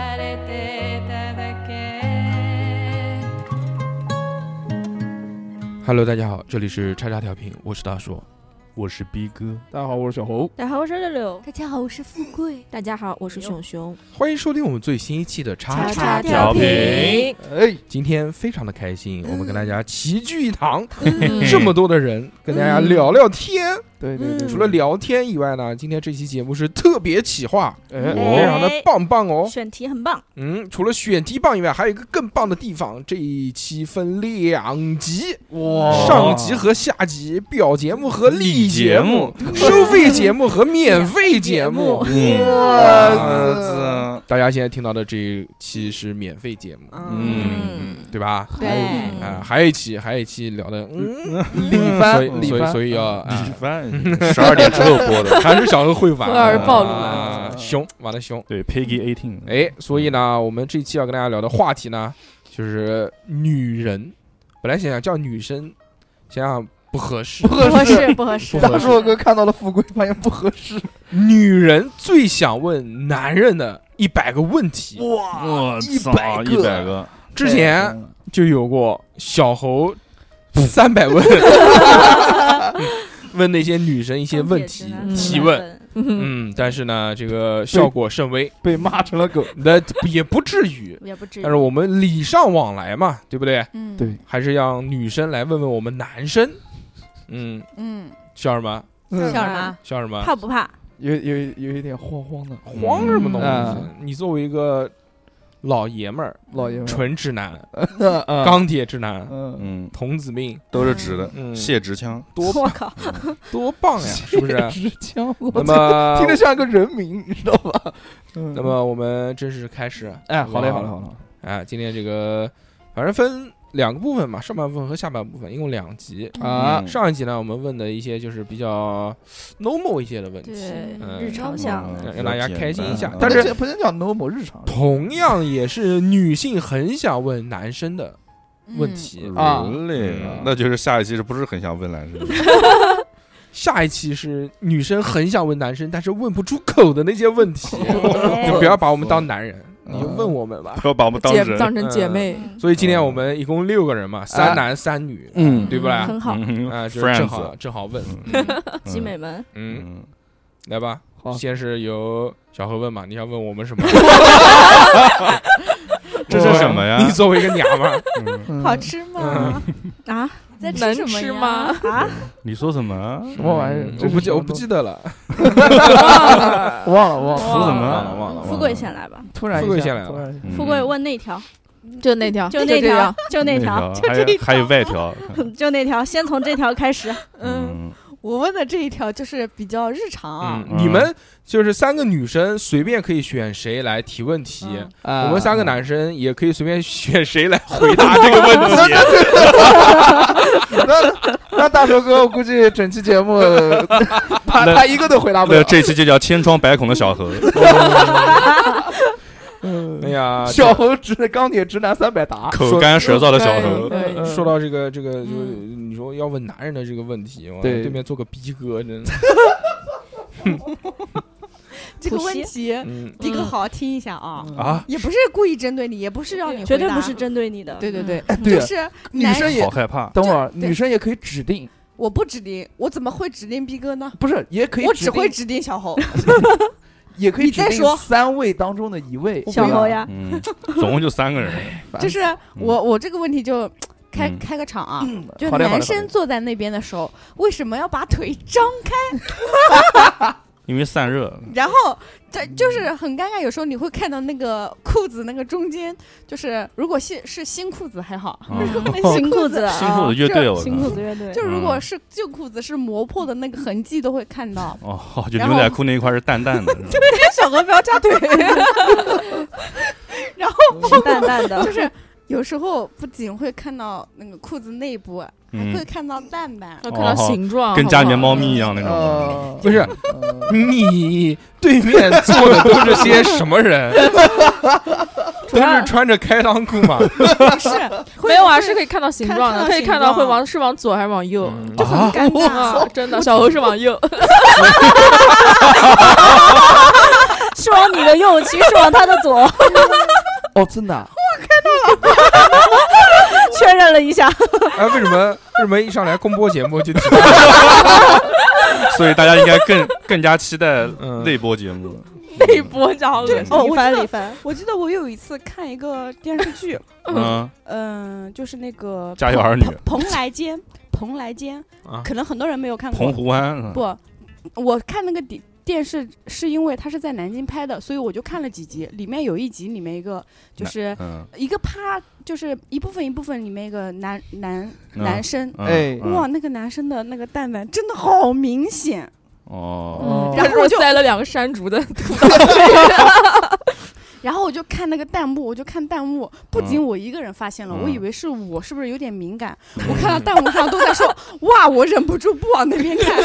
てただけ Hello，大家好，这里是叉叉调频，我是大硕。我是逼哥，大家好，我是小侯。大家好，我是六六。大家好，我是富贵。大家好，我是熊熊。欢迎收听我们最新一期的叉叉叉调调频频。哎，今天非常的开心，嗯我们跟大家齐聚一堂，嗯 这么多的人跟大家聊聊天。对对嗯对，除了聊天以外呢，今天这期节目是特别企划，哎，非常的棒棒哦。选题很棒，嗯，除了选题棒以外，还有一个更棒的地方，这一期分两集，哇上集和下集，表节目和例节目，立节目收费节目和免费节目。嗯，哇大家现在听到的这一期是免费节目，嗯，对吧？对啊、哎还有一期，还有一期聊的，嗯，李 所以帆，所李以帆，所以要、李啊、帆嗯 十二点之后播 的，还是小何会玩，荷尔暴露啊，熊玩的熊。对 Peggy Eighteen，哎，所以呢，我们这期要跟大家聊的话题呢，就是女人。本来想想叫女生，想想不合适不。合适。不合适不合大硕哥看到了富贵，发现不合适。女人最想问男人的一百个问题。我100操，个一百个，之前就有过小猴三百问，问那些女生一些问题嗯提问。，嗯，但是呢，这个效果甚微，被骂成了狗。那也不至于。也不至于。但是我们礼尚往来嘛，对不对？嗯，对还是让女生来问问我们男生。嗯，嗯，笑什么？笑嗯什么？笑什么？怕不怕？有有有一点慌慌的慌什么东嗯西？你作为一个老爷们儿，老爷们 儿，纯直男，刚钢铁直男，嗯，嗯，童子命，都是直的，嗯，卸直枪，多 我靠，多棒呀，是 不是？直枪，那我操么听着像个人名，你知道 吧？嗯那，么我们正式开始。哎，好好嘞嘞，好好嘞嘞，好好嘞，啊，今天这个反正分两个部分嘛，上半部分和下半部分，一共两集。啊嗯上一集呢，我们问的一些就是比较 normal 一些的问题，对嗯，日常向嗯的，让让大家开心一下嗯但是不能讲 normal 日常同样也是女性很想问男生的问题。啊嘞嗯，那就是下一期是不是很想问男生？ 下一期是女生很想问男生，但是问不出口的那些问 题，就不要把我们当男人，你就问我们吧。不要把我们当姐人，当成姐妹，嗯所以今天我们一共六个人嘛，三男三女，哎嗯对不啦？ 很好，嗯啊，就是正好 friends，正好问，集美们，嗯，嗯，来吧，好哦先是由小何问嘛，你要问我们什么？ 这是什么呀？你作为一个娘 们儿，嗯嗯好吃吗？ 啊，在能吃什么吃呀吗？？啊， 你说什么？什么玩意儿？嗯我这不记是我不记得了。我忘了忘了，说什么？忘了忘了富贵先来吧。突然富贵一下先来了突然一下嗯富贵问那条，就那条，就这那条，，就那条，就还这有条，还有外条， 就那条，先从这条开始。嗯，， 我问的这一条就是比较日常啊。嗯，你们就是三个女生随便可以选谁来提问题，嗯我啊我们三个男生也可以随便选谁来 回答这个问题。那那大头哥，我估计整期节目他他一个都回答不那了。这期就叫千疮百孔的小猴，哎呀，小猴直钢铁直男三百答，口干舌燥的小猴。对这说到这个这个，就是嗯你说要问男人的这个问题，哇对对面做个逼哥，真 的，这个问题，嗯，第一个好好听一下啊，啊，也不是故意针对你，也不是让你绝对不是针，针对你的。对对对， 对就啊是女男生也好害怕，等会儿，对女生也可以指定，我不指定，我怎么会指定逼哥呢？不是也可以我指只会定，指定小猴，也可以你指再定说三位当中的一位。啊小侯呀，嗯，总共就三个人，反就正，是我我这个问题就开嗯开个场啊，就好嘞好嘞好男嘞生坐在那边的时候，为什么要把腿张开？因为散热，然后这就是很尴尬，有时候你会看到那个裤子那个中间，就是如果新是新裤子还好，嗯如果那 新裤子，辛哦苦的乐队，我新裤靠，。子乐队，就如果是旧裤子是磨破的那个痕迹都会看到哦，就牛仔裤那一块是淡淡的，小何不要扎腿，然后 是淡淡的，就是有时候不仅会看到那个裤子内部，啊还会嗯，看到蛋啊蛋。要看到形哦状跟家里面猫咪一样那种，呃，不是呃你对面坐的都是些什么人？都是穿着开裆裤嘛？不是，会没有啊，会是可以看到形看状的，看到可以形看到会状往是往左还是往右。嗯 就很尴尬。啊，真的，小猴是 往右，是往你的右，其实是往他的左。哦，真的啊，确认了一下，哎，为什么为什么一上来公播节目就提所以大家应该更 更加期待嗯内播节目。 内播加恶心。哦我李知凡道李凡，我记得我有一次看一个电视剧，嗯，嗯，就是那个家有儿女蓬蓬莱间，蓬莱间，啊？可能很多人没有看澎过。湖湾嗯不，我看那个电电视是因为它是在南京拍的，所以我就看了几集。里面有一集，里面一个就是嗯，一个趴，就是一部分一部分里面一个男男嗯男生，嗯哎嗯哇，那个男生的那个蛋蛋真的好明显。哦，哦他然后说我就塞了两个山竹的 土然后我就看那个弹幕，我就看弹幕，不仅我一个人发现了，嗯我以为是我是不是有点敏感？我看到弹幕上都在说，哇，我忍不住不往那边看，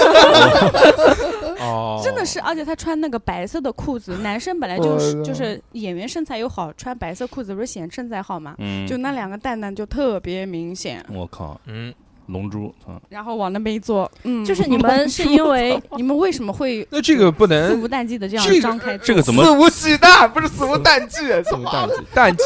哦，真的是，而且他穿那个白色的裤子，男生本来就我是就是演员身材又好，穿白色裤子不是显身材好嘛？嗯，就那两个蛋蛋就特别明显，我靠，嗯，龙珠，嗯然后往那边一坐，嗯，就是你们是因 为你们为什么会那这个不肆能无忌惮的这个这样张开嘴？这个怎么肆无忌惮，不是肆无惮忌，什这么么淡季，淡季，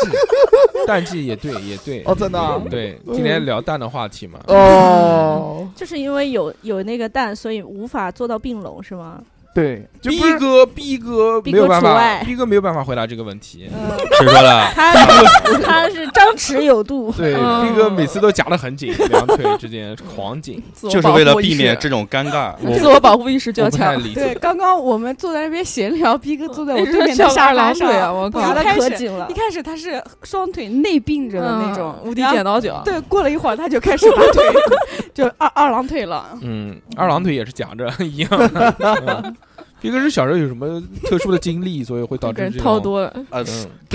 淡季也对，也对。 哦，真 的啊，对，今天聊淡的话题嘛。哦，就是因为有有那个蛋，所以无法做到并拢，是吗？对，就逼不是哥，逼哥逼没有哥办除法，外逼哥没有办法回答这个问题。谁说的？他他是张弛有 度，对，哦嗯逼哥每次都夹得 很紧，两腿之间狂紧，自我就是保为了护意避识 免这种尴尬，我自我保护意识就我要不太强。理 对，解。刚刚我们坐在那边闲聊，逼哥坐在我你对 是面的翘个沙二发郎上腿，啊！我靠，夹夹得得开可始紧了一。开始他是双腿内并着的那种嗯，无敌剪刀脚。对，过了一会儿他就开 始把腿就二二郎腿了。嗯，二郎腿也是夹着 一样的。嗯逼哥是小时候有什么特殊的经历，所以会导给致人这掏种。多了，啊， 嗯，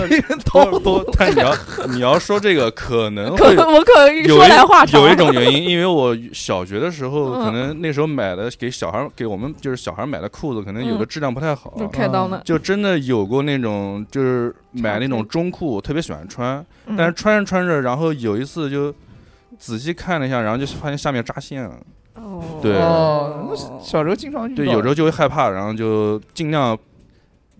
多多，但你要你要说这个可能可会 我可一有说来话一长。有一种原因，因为我小学的时候，嗯可能那时候买的给小孩儿给我们就是小孩儿买的裤子，可能有的嗯质量不太好，就开刀呢，就真的有过那种就是买那种中裤，特别喜欢穿，嗯但是穿着穿着，然后有一次就仔细看了一下，然后就发现下面扎线了，对哦，那是小时候经常遇到，对，有时候就会害怕，然后就尽量。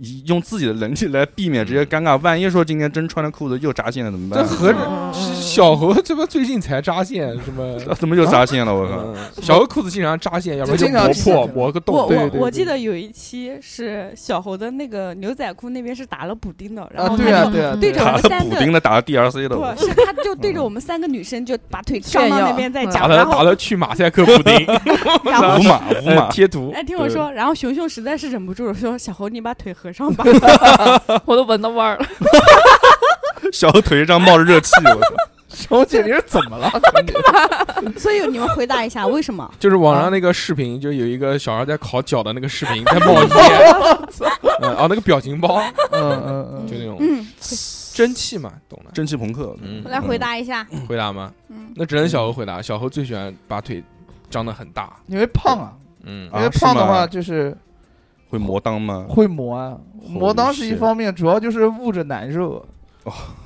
以用自己的能力来避免这些尴尬，万一说今天真穿着裤子又扎线了怎么办嗯这？合着嗯嗯嗯小何这不最近才扎线，什么？ 啊怎么又扎线了？我靠！嗯小何裤子经常扎线，要不然就经常磨是破，磨个洞。我对我对我对记得有一期是小猴的那个牛仔裤那边是打了补丁的，然啊，后对他啊，就对啊，对 着打我了们三补丁个。的，打了 DLC 的，我不是，他就对着我们三个女生就把腿张到那边在炫打讲，的然打后的去马赛克补 丁，然后五马五呃马，贴图哎，听我说，然后熊熊实在是忍不住了，说：“小猴，你把腿合上 吧。我都闻到味儿了。小腿上冒着热气，我操！ 小姐你是怎么了？”所以你们回答一下，为什么？就是网上那个视频，就有一个小孩在烤脚的那个视频， 在冒烟，嗯哦，那个表情包，嗯嗯就嗯，那种嗯，蒸汽嘛，懂了？蒸汽朋克，嗯，来回答一下。回答吗？嗯，那只能小何回答。小何最喜欢把腿张得很大，因为胖啊，嗯啊因为胖的是吗话就是会磨裆吗？会磨啊，磨裆是一 shit 方面，主要就是捂着难受，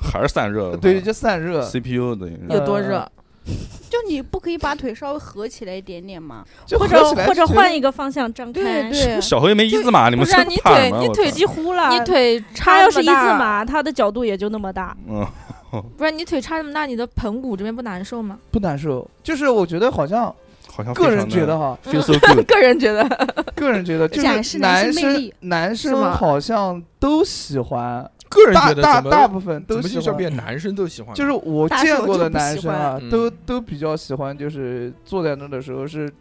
还是散 热？对，就散热。 CPU 等于呃呃是有多热？就你不可以把腿稍微合起来一点点吗？就或合者起来或者就觉换得一个方向张开，对小何又没一字马，你不们是啊这你怕腿什么你我腿操几乎了。你腿他叉要这是么一字大，马，他的角度也就那么大。嗯，不然你腿叉这么大，你的盆骨这边不难受吗？不难受，就是我觉得好像好像个人觉得哈， feel so good，个人觉得，个人觉得就展是示男男性魅生力男是生吗好像都喜欢，个人大觉得大怎么大部分都怎么喜就叫欢。变男生都喜欢，就是我大见手过就的不男喜生啊，欢都嗯都比较喜欢，就是坐在那的时候是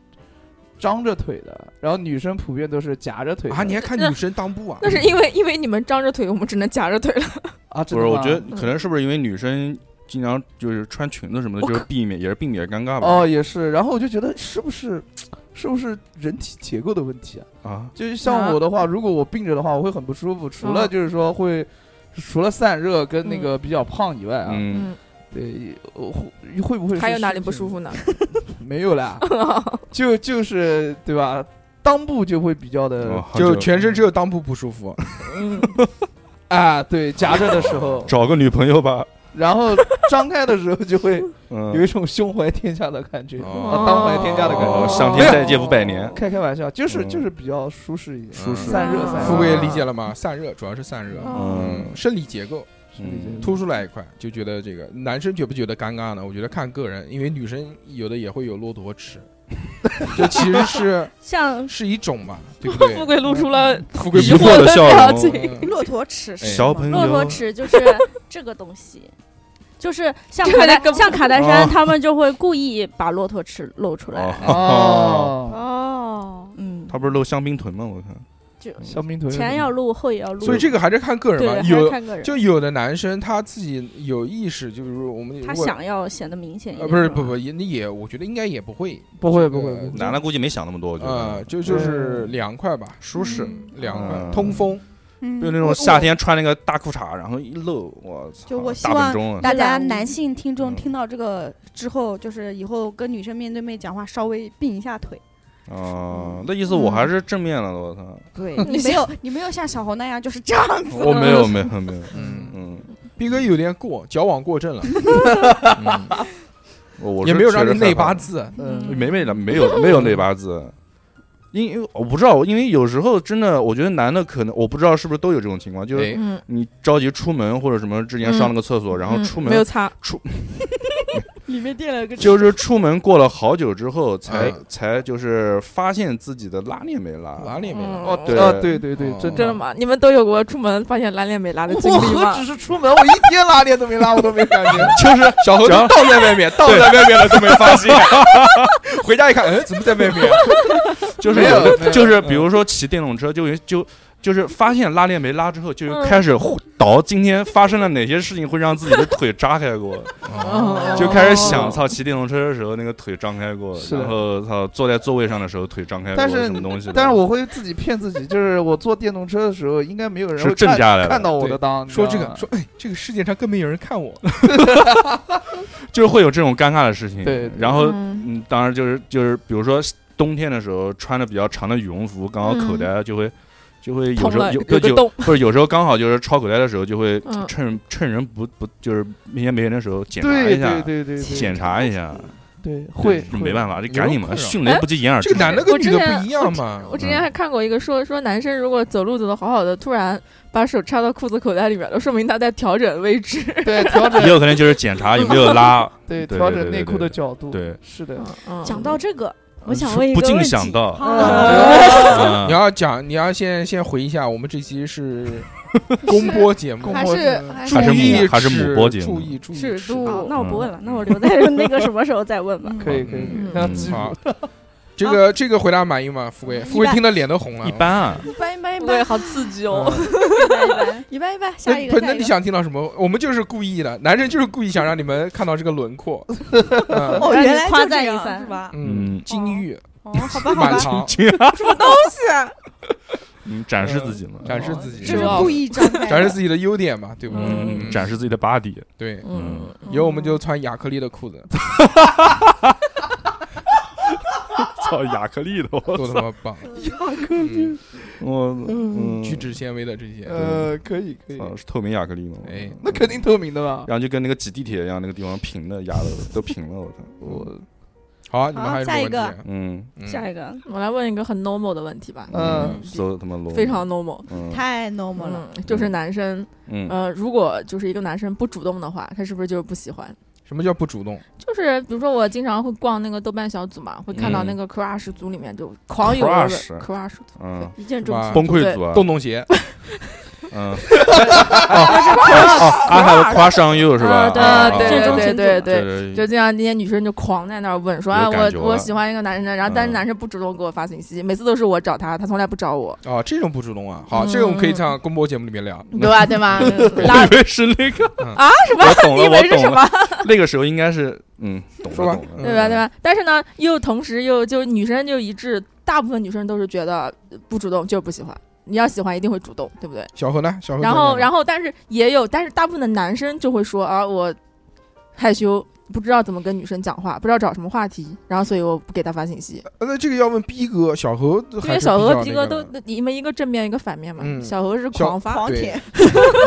张着腿的，然后女生普遍都是夹着腿的啊，你还看女生裆部啊？那是因为因为你们张着腿，我们只能夹着腿了。啊，不真是？的我吗觉得可能是不是因为女生经常就是穿裙子什么的，我就是靠避免也是避免尴尬吧？哦也是，然后我就觉得是不是是不是人体结构的问题啊？啊，就是啊像我的话，如果我病着的话，我会很不舒服，除了嗯就是说会。除了散热跟那嗯个比较胖以外啊，嗯，嗯，对，我会会不会是还有哪里身体不舒服呢？没有 啦，就就是对吧？裆部就会比较的哦，就哦全身只有裆部不舒服，嗯，啊，对，夹着的时候 找个女朋友吧，然后张开的时候就会有嗯一，种胸怀天下的感觉，哦啊当怀天下的感哦觉。上天再借五百年开开玩笑，就是嗯就是比较舒适一点，舒适散热散富热贵理解了吗？散热主要是散热，嗯嗯，生理结构，身体嗯结凸构。出来一块，就觉得这个男生觉不觉得尴尬呢？我觉得看个人，因为女生有的也会有骆驼齿，这其实是像是一种嘛，对不 富对？贵露出了富贵疑疑不惑惑的笑表容情。嗯骆驼齿是哎小吗朋友，骆驼齿就是这个东西，就是像卡这个戴跟像卡戴哦珊他们就会故意把骆驼齿露出来。哦，哦，嗯，他不是露香槟臀吗？我看就香槟腿前要露，后也要露。嗯所以这个还是看个人对，嘛，还是有看个人。就有的男生他自己有意识，就是说我们如他果想要显得明显一呃点。不是是吧不不也你也我觉得应该也不会不会不会呃，不会男的估计没想那么多，我觉呃得嗯就就是凉快吧，舒适，凉快嗯通风，嗯就那种夏。天穿那个大裤衩，然后一露，我操，就我希大望本钟我我啊，大家男性听众嗯听到这个之后，就是以后跟女生面对面讲话，稍微并一下腿。嗯哦，那意思我还是正面了的，我操，对你没有，你没有像小红那样就是这样子。我没有没 有没有，嗯嗯，逼哥有点过矫枉过正了， 嗯我我是也没有让确你实内害怕八字，嗯，没没的，没有没有那八字。因因为我不知道，因为有时候真的，我觉得男的可能我不知道是不是都有这种情况，就是哎嗯，你着急出门或者什么，之前上了个厕所，然后嗯出没有门擦，里面 垫了个就是出门过了好久之后，才嗯才就是发现自己的拉链没哪拉。里没有？嗯哦对啊对对对哦，真真的？吗？你们都有过出门发现拉链没拉的经我历何吗止？是出门，我一天拉链都没拉，我都没感觉。就是 小何只要倒在外面，倒对在外面了都没发现，回家一看，嗯，怎么在外面？ 就是没有嗯有没有的就是比如说骑电动车，就有就就是发现拉链没拉之后，就嗯开始倒今天发生了哪些事情会让自己的腿扎开过。 哦就开始想，操，骑电动车的时候那个腿张开过，是的然后操坐在座位上的时候腿张开过，但是什么东西的？但是我会自己骗自己，就是我坐电动车的时候，应该没有人是会正看下来的看到我的对裆。你知说这道个吗，说哎，这个世界上根本有人看我，就是会有这种尴尬的事情。对然后嗯嗯，当然就是就是比如说冬天的时候穿的比较长的羽绒服，刚好口袋嗯就会。就会有捅时候了有有对个有洞，或者有时候刚好就是抄口袋的时候，就会嗯趁趁人不不就是面前没人的时候检查对一下对，对对对，检查一下，对会就没办法，就有赶紧困嘛，扰迅雷不及掩耳这之个势。男的跟我女之的前不一样嘛。我之前还看过一个说说男生如果走路走的好好的，突然把手插到裤子口袋里面了，说明他在调整位置。对调整 也有可能就是检查有没 有拉，对对调对整对内裤对的角度，对，是的。 嗯讲到这个，我想问一个不禁问想题到，啊 啊你要讲，你要先先回一下，我们这期是公播节目，还我是哎注还是意母还是尺母播节目注意注意啊尺度哦那我不嗯问了，那我 留在那个什么时候再问吧。可以可以嗯，那嗯记好住， 这个这个回答满意吗？富贵，嗯富贵一般听得脸都红了。一般啊，一般一般一对，般好刺激嗯哦！一般一般，那下一不个，那下一你个。想听到什么？我们就是故意的，男生就是故意想让你们看到这个轮 廓。嗯哦，让你原来就夸这赞一样番是吧？嗯，金玉哦，好 吧好满 吧，堂，啊嗯，展示自己嘛，展示自己，这是知道故意张开的，展示自己的优点嘛，对不对？嗯，嗯展示自己的 body，对，嗯嗯，有我们就穿亚克力的裤 子，操亚克力的，我多他妈棒！嗯我嗯嗯，聚酯纤维的这些，呃，可以可以，操是透明亚克力吗？哎那肯定透明的吧？然后就跟那个挤地铁一样，那个地方平的压的都平了，我操，我好，你们还有好什么下问题？嗯，嗯下一个，我来问一个很 normal 的问题吧，嗯搜他妈罗，非常 normal。嗯太 normal 了。哦嗯，就是男生，嗯，呃，如果就是一个男生不主动的话，他是不是就是不喜欢？什么叫不主动？就是比如说我经常会逛那个豆瓣小组嘛，会看到嗯那个 crush 组里面就狂有的 Crush crush 嗯，一见钟是吧情，崩溃组啊，洞洞鞋，嗯，哦，I have a crush on you 是吧？啊，啊对见对钟对情对组对，对就经常那些女生就狂在那儿问说有啊，感觉我我了喜欢一个男生，然后但是嗯男生不主动给我发信息，每次都是我找他，他从来不找我，哦，这种不主动啊。好，这个我们可以嗯上公播节目里面聊。 对吧？对吧？我 拉以为是那个啊什么我？懂你了，以我为是懂什了。么？那个时候应该是，嗯，懂了说吧懂了嗯对吧？对吧？但是呢，又同时又就女生就一致，大部分女生都是觉得不主动就是不喜欢，你要喜欢一定会主动，对不对？小何呢？小何在然哪呢，后，然后，但是也有，但是大部分的男生就会说啊，我害羞，不知道怎么跟女生讲话，不知道找什么话题，然后所以我不给他发信息。呃那这个要问逼哥，小何还是比因较那个，为小何、逼哥都你们一个正面一个反面嘛，嗯小何是小狂发，狂对舔，你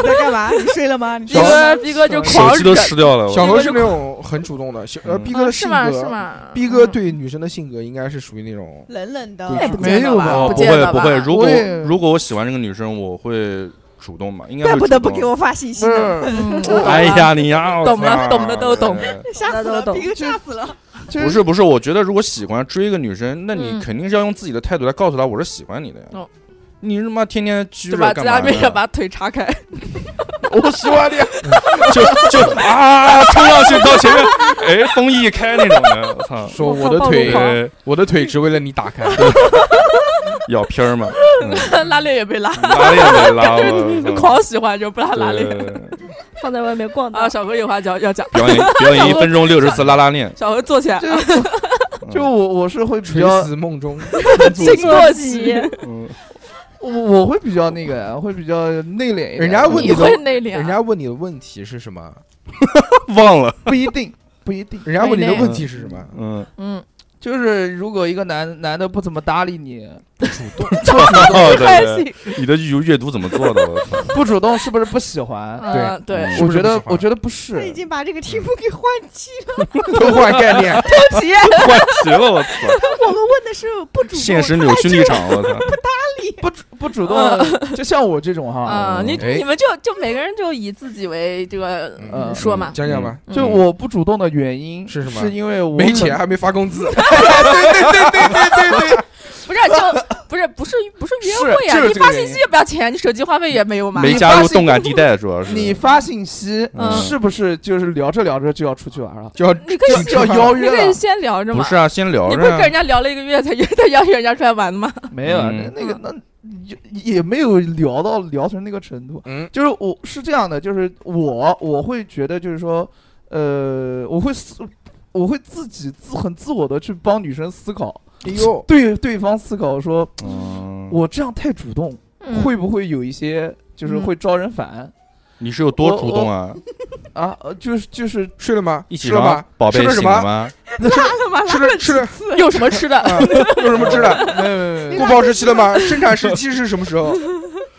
在干嘛？你睡了吗？你逼睡小了哥吗逼哥就手狂机都忍，湿掉了。小我何是那种很主动的，小呃嗯逼哥的啊是性吗？是格，吗？逼哥对女生的性格应该是属于那种冷冷的对，哎啊那也不见得没有吧吧？哦不见会得不吧会，如我果也如果我喜欢这个女生，我会主动吧，应该哎怪会不得主不动给。我发信息不嗯呢，是，哎呀，你呀，我啊 懂了操懂的都懂对吓死大家了，都懂皮哥吓死了。就不是不是，我觉得如果喜欢追一个女生，那你嗯肯定是要用自己的态度来告诉她我是喜欢你的呀。哦你他妈天天拘就着把干自嘛家呢？妹把腿叉开，我喜欢你，就就啊，冲上去到前面，哎，风一开那种的，我 操！说我我的好暴露腿狂，呃，我的腿只为了你打开。 咬片儿嘛，嗯拉链也被拉，拉链没拉，嗯我操！ 狂喜欢就不拉拉对链。放在外面逛啊，荡，小何有话讲要讲，表演表演一分钟六十次拉拉 链，小何坐起来，啊就 我我是会比垂较死梦中，经过坐几骑， 嗯我我会比较那个，会比较内敛一点。人家问你你会内敛啊，人家问你的问题是什么？忘 了，不一定，不一定。人家问你的没嘞问题是什么？嗯，嗯， 就是如果一个男男的不怎么搭理你，哦 开对心对，， 你的阅阅读怎么做的？我操！ 不主动是不是不喜欢？嗯对，是我不是觉不得喜欢我觉得不他是已，经把这个题目给换弃了，偷换概念，换题了，我操！我们问的是不主动，现实扭曲立场，我操！ 不主不主动，就像我这种哈， 啊，你哎你们就就每个人就以自己为这个嗯嗯说嘛，讲讲吧。嗯就我不主动的原因是什么是因为我没钱还没发工资，不是 啊就不是不是不是约是会呀，就是你这个发原信因息也不要钱，你手机话费也没有嘛， 没你加发入信动感地带，主要是你发信息嗯是不是就是聊着聊着就要出去玩了？就要你可以请就 要吃饭邀你约可以了？先聊着不嘛，是啊？先聊你着不是跟人啊，家聊了一个月才约才邀请人家出来玩的吗？没有，那嗯那个那也也没有聊到聊成那个程度。嗯，就是我是这样的，就是我我会觉得就是说，呃，我会思，我会自己自很自我的去帮女生思考，哎呦，对对方思考说，嗯，我这样太主动，嗯会不会有一些就是嗯会招人烦、你是有多主动啊？啊？呃就是就是睡了吗？一起吃了吗吗？？宝贝吃了什醒了么？吗？吃 了吃了，有什么 吃的？啊有什么吃 的？没有没有没有过保时期了吗？生产时期是什么时候？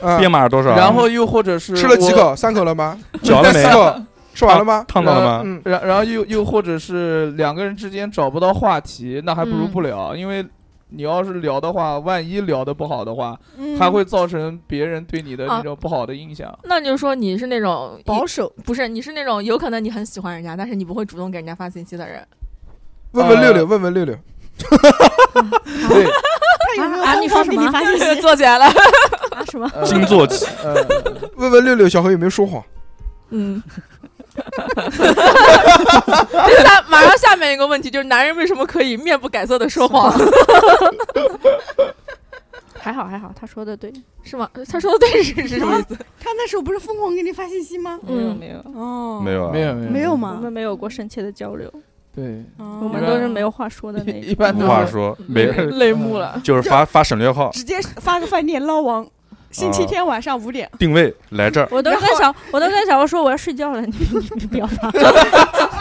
啊，编码是多少？然后又或者是吃了几我，口？三口了吗？ 嚼了没四？口？吃完了吗？烫到了吗？嗯，然然后又又或者是两个人之间找不到话题，那还不如嗯不聊，因为。你要是聊的话，万一聊的不好的话，嗯还会造成别人对你的啊那种不好的印象。那就是说你是那种保守。不是你是那种有可能你很喜欢人家，但是你不会主动给人家发信息的 人。问呃问六六，问问六六，对， 他有没有啊 啊你说什疯狂给么你发信息？坐起来了，啊什么？ 呃星座起，呃，问问六六，小何有没有说谎？嗯。 第三，马上下面一个问题就是男人为什么可以面不改色的说谎？ 还好还好，他说的对，是吗？他说的对是是什么意思？他啊那时候不是疯狂给你发信息吗？嗯没有，哦，没有啊？呃没有没有没有我吗？们没有过深切的交流，对，嗯哦我们都啊是没有话说的 那一一种。般无都话是说，没人泪目 了。就是发发省略号直接发个饭店捞王，星啊期天晚上五点。定位来这儿，我都跟小，我都跟小欧说我要睡觉了，你你你不要发。啊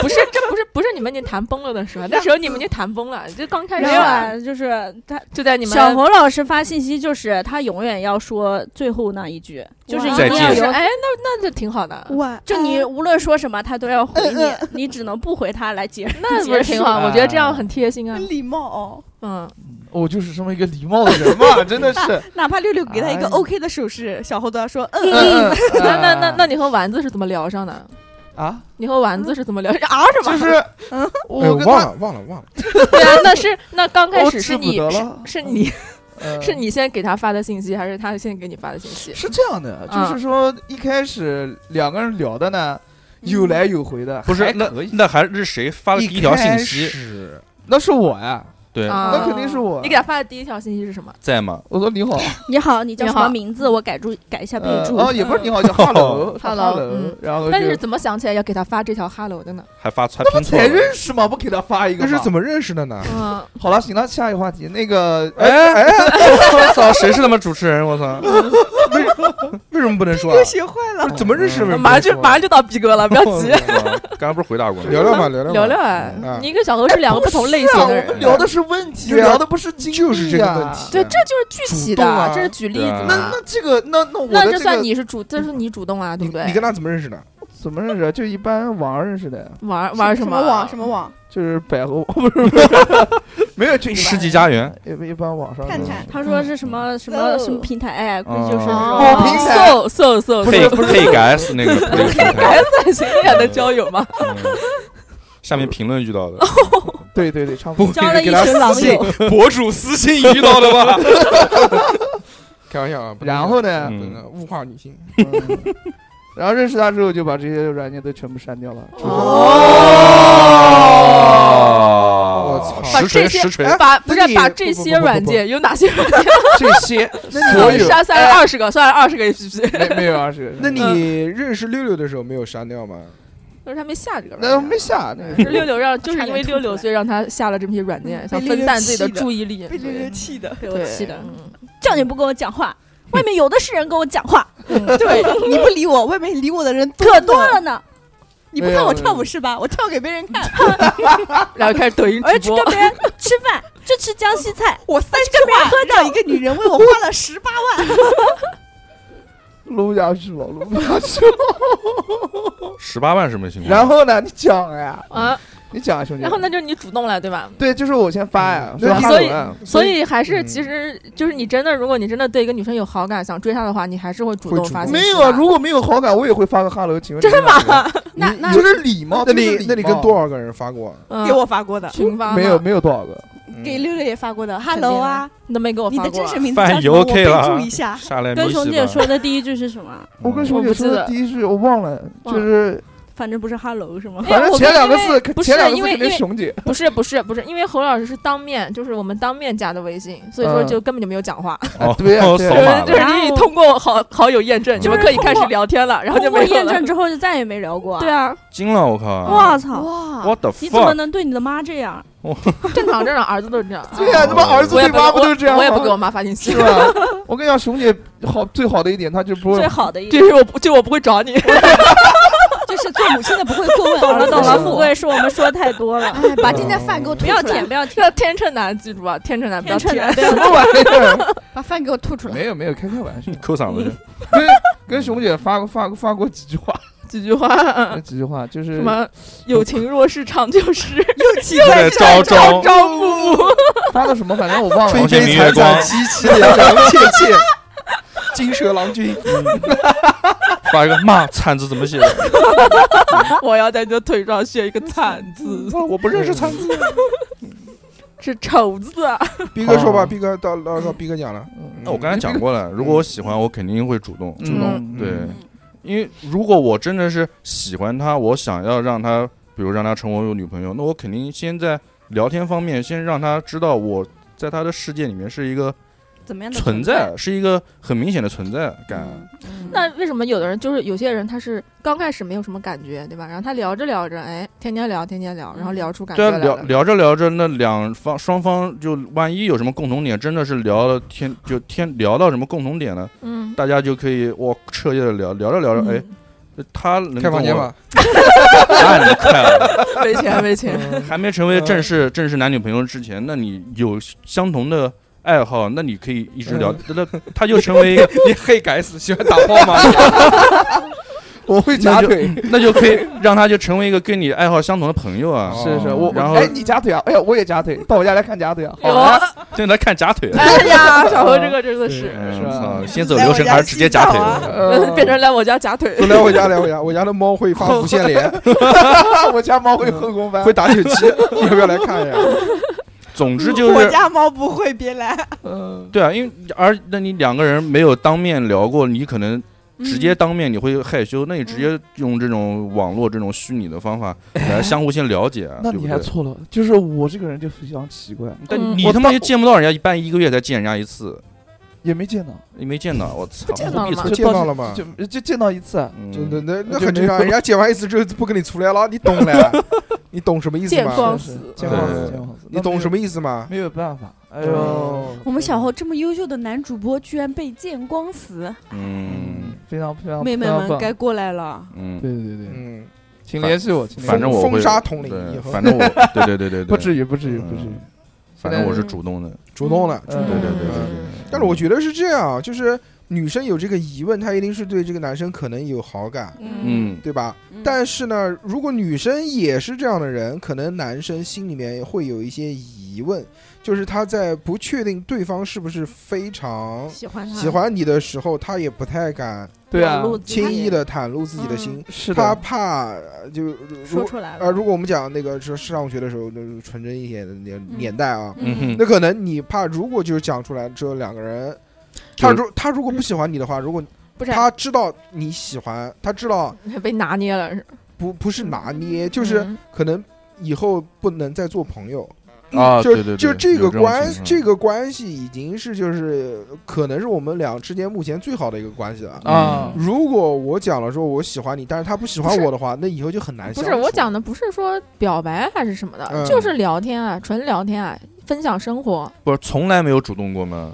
不是，这不是不是你们已经谈崩了的时候，那时候你们已经谈崩了，就刚 开始没有啊，就是他就在你们小侯老师发信息，就是他永远要说最后那一句，就是一再定要见就是有。哎，那那就挺好的，哇，就你无论说什么，他都要回你，你只能不回他来解那不结是束挺好？啊我觉得这样很贴心 啊很。礼貌哦，嗯，我就是这么一个礼貌的人 嘛，真的是。哪怕六六给他一个哎 OK 的手势，小猴都要说嗯。嗯， 那那那那你和丸子是怎么聊上的？那啊，你和丸子是嗯怎么聊？啊什么？就是哎，我我跟忘他了，忘了，忘了。对啊，那是 那刚开我始记是不你得是了是你呃嗯是你先给他发的信息，还是他先给你发的信息？是这样的，嗯就是说一开始两个人聊的呢，嗯有来有回的，不是还那可以。那还是谁发了第一条信息？是那是我呀，对，啊，那肯定是我。你给他发的第一条信息是什么？在吗？我说你好，你好，你叫你什好么名字？我改注改一下备呃注。哦，也不是你好，叫 hello 哦 Hello， hello，嗯然后那就你是怎么想起来要给他发这条 hello 的呢？还发错不拼错才了？认识嘛，不给他发一个那嘛。是怎么认识的呢？嗯，好了，行了，下一个话题。那个，哎，哎哎！ 我操，谁是他妈主持人？我操！为 什么不能说啊又？学坏哎了，不是怎么认识嗯的？马上就马上啊就到逼哥了，不要急，刚刚不是回答过吗？ 聊聊嘛，聊聊嘛聊聊啊嗯！ 你跟小何是两个不同类型的啊我人，们聊的是问题，对啊聊的不是经历呀就是这个问题。对，这就是具体的，主动啊这是举例子对啊那嘛。那这个，那那我那的这这个算你是主，这是你主动啊，对你不对？你跟他怎么认识的？怎么认识啊？就一般网上认识的呀，玩玩什么啊嗯网？什么网？就是百合网， 不是不是，没有就一般世纪佳缘，一般一般网上探的探他说是什么什么什么平台，哎，估计就是那种哦平台搜搜搜可以可以 guess 那个那个平台 S 谁俩的交友嘛？嗯下面评论遇到的，对对对，差不不多。交了一给他群私狼信友，博主私信遇到的吧？开玩笑啊。不能然后呢，不嗯，能物化女性，啊嗯 然后认识他之后就把这些软件都全部删掉了。哦我操把实这锤些实锤，把不是那你把这些软件有哪些软件？这些 所那你有删删了二十个，删了二十 个 APP，没没有二十个人，那你嗯认识六六的时候没有删掉吗？就是他没下这个那软没件。下 那是六 六让，就是差点因为吐六出六，来所以让他下了这些软件，想被六分六散自己的气的注意力。被这对个气的，给我对，气的，嗯叫你不跟我讲话，外面有的是人跟我讲话，嗯对，你不理我，外面理我的人可多多了。呢。你不看我跳舞是吧？我跳给别人看，然后开始抖音我要直去播跟，别人吃饭，就吃江西菜，我三句话让一个女人为我花了十八万，录不下去了，录不下去。 十八万什么情况？然后呢，你讲呀，啊，你讲啊，兄弟。然后呢，就是你主动了，对吧？对，就是我先发呀，那说你哈所喽以啊所以还是嗯其实就是你真的，如果你真的对一个女生有好感，想追她的话，你还是会主动会主发动信息没有吧啊，如果没有好感，我也会发个哈喽，请问真的吗？那那这是礼貌，那这是你礼那你貌跟多少个人发 过？啊嗯给我发过的，群发吗没有没有多少个，给六六也发过的。Hello 啊，你都没给我你发的过真啊实名字叫饭什也么？我 OK 备了啊注一下。下来跟没熊戏姐吧说的第一句是什么？我跟嗯熊我姐不说记的得第一句我忘了，忘就了是 反正不是 hello 是吗？哎反正我前跟两个因为字不，是前两个因字为肯因定为是熊姐，不是不是不是，因为侯老师是当面，就是我们当面加的微信，所以说嗯就根本就没有讲话，哦对呀哦对扫就是码就了，是你通过好好友验证，你们可以开始聊天了，然后就通没过有验了证之后就再也没聊过啊。对啊，惊了，我靠我操！哇， ！What the 你怎么 fuck？能对你的妈这样？正常正常，儿子都是这样。 对呀，他妈儿子哦我也对不妈不我都是这样吗？我也不给我妈发信息是。吧？我跟你讲，熊姐好最好的一点，她就不会最好的一就是我不就我不会找你，就是做母亲的不会过问，懂了懂是了，吧富贵说我们说太多了，哎，把今天饭给我吐不出要来，舔，不要舔，要天秤男，记住啊，天秤男不要天秤男舔。不要什么玩意儿？ 把饭给我吐出来。没有没有，开开玩笑，抠嗓子去，跟跟熊姐发过发过发过几句话，几句话， 那嗯几句话就是什么友情若是长久时，在招招朝暮暮。 发的什么，反正我忘了。吹我吹先月光凄凄凉凉切切， 金蛇郎君。发一个骂惨字怎么写？我要在你的腿上写一个惨字，我不认识 惨字，是丑字 啊。逼哥说吧，哦逼哥到到到逼哥讲了。嗯那我刚才讲过了，如果我喜欢，我肯定会主动。主动对，因为如果我真的是喜欢她，我想要让她，比如让她成为我女朋友，那我肯定先在聊天方面先让她知道我在她的世界里面是一个怎么样的存在，是一个很明显的存在感。 那为什么有的人就是有些人他是刚开始没有什么感觉，对吧？然后他聊着聊着，哎，天天聊，天天聊，然后聊出感对觉啊，来聊了。聊着聊着，那两方双方就万一有什么共同点，真的是聊了天就天聊到什么共同点了，嗯，大家就可以我彻夜的聊，聊着聊着，哎，她 能开跟房间我吧，那你快了，嗯，没钱没钱，还没成为正式正式男女朋友之前，那你有相同的爱好，那你可以一直聊。嗯那他就成为一 个，你黑改死，喜欢打炮吗？ 我会夹那就腿，那就可以让他就成为一个跟你爱好相同的朋友啊。是是，我然后哎你夹腿啊，哎呀我也夹腿，到我家来看夹腿 啊，好有啊，现在看假腿，哎哦呀，小侯这个真对的是，嗯是啊操先走流程还是直接假腿？ 呃变成来我家夹腿。 都来我家，来我家，我家的猫会发无线连， 我家猫嗯会后空翻会，打九七，要不要来看一下？总之就我是。家猫不会，别来。嗯，对啊，因为而那你两个人没有当面聊过，你可能直接当面你会害羞，那你直接用这种网络这种虚拟的方法来相互先了解啊，嗯那对不你对还？错了，就是我这个人就非常奇怪，但嗯你我他妈当又见不到人家，一般一个月才见人家一次，也没见到，你没见到，我操，见到何必了凑吗就见到时了吗就就见到一次啊，嗯真的，那那就很没正常。有人家剪完一次之后不跟你出来了，你懂 了？你懂什么意思见吗？光是死见光死，对见光死，你懂什么？么意思吗？没有办法，哎哎呦，呦我们小侯这么优秀的男主播，居然被见光死，嗯非常非常妹妹非常们棒该过来了。嗯，对对对对，嗯，请联系我，请联反系正我封会杀统领以对，后反正我对 对对对对，不至于不至于不至于嗯，反正我是主动的，主动了，呃嗯对对对对但是我觉得是这样，就是女生有这个疑问，她一定是对这个男生可能有好感，嗯，嗯，对吧？但是呢，如果女生也是这样的人，可能男生心里面会有一些疑问，就是他在不确定对方是不是非常喜欢他，喜欢你的时候，他也不太敢对啊，轻易的袒露自己的心，是他的，怕呃就如嗯说出来呃，了。如果我们讲那个是上学的时候，那是纯真一些的年年代啊，嗯哼那可能你怕，如果就是讲出来之后，两个人，他如他如果不喜欢你的话，如果不是他知道你喜欢，他知道被拿捏了，是不不是拿捏，就是嗯可能以后不能再做朋友，嗯啊，就对对对，就这个有种关情况这个关系已经是就是可能是我们俩之间目前最好的一个关系嗯了。啊如果我讲了说我喜欢你，但是他不喜欢我的话，那以后就很难不相是处。我讲的不是说表白还是什么的，嗯就是聊天啊，纯聊天啊，分享生活不是从来没有主动过吗？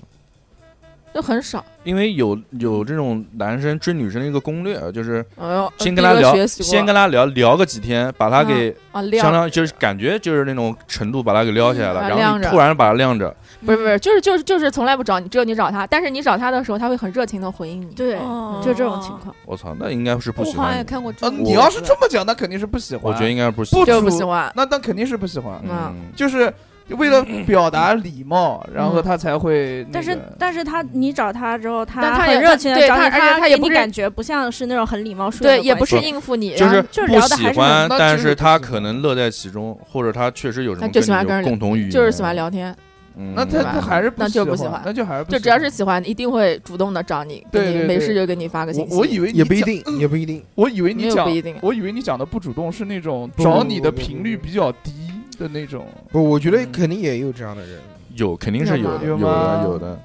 就很少。因为有有这种男生追女生的一个攻略，啊就是哎呦，先逼跟他哥聊，学习过先跟他聊聊个几天，把他给啊相晾，当就是感觉就是那种程度把他给撩起来嗯把了，他然后晾你着突然把他晾着，不是不是，就是就是就是从来不找你，只有你找他，但是你找他的时候，他会很热情的回应你，对，哦就这种情况。我操，那应该是不我喜好像欢也你，看过这呃，种你要是这么讲，那肯定是不喜欢，我觉得应该是不喜不欢，就主不喜欢。那那肯定是不喜欢，嗯，就是为了嗯表达礼貌，然嗯后他才会那个，但是但是他你找他之后，但他也很热情的对找你，他而且他也给不你是感觉不像是那种很礼貌顺的对，也不关系是应付你，就然是后就是不聊得还喜是欢，很那但就是是不他喜可欢能乐在其中，或者他确实有什么他就喜欢跟你有跟人共同语言，就是喜欢，聊天，嗯，那他吧他还是那就不喜喜欢那就还是不就喜只要欢是喜欢，一定会主动的找你，对给对你没对事就给你发个信息。我我以为你也不一讲，定，也不一定。我以为你没有讲不一定啊我以为你讲的不主动是那种不找不你不的不频不率不比较低的那种，不，我觉得嗯肯定也有这样的人。有肯定是有的，啊有有吗的有的，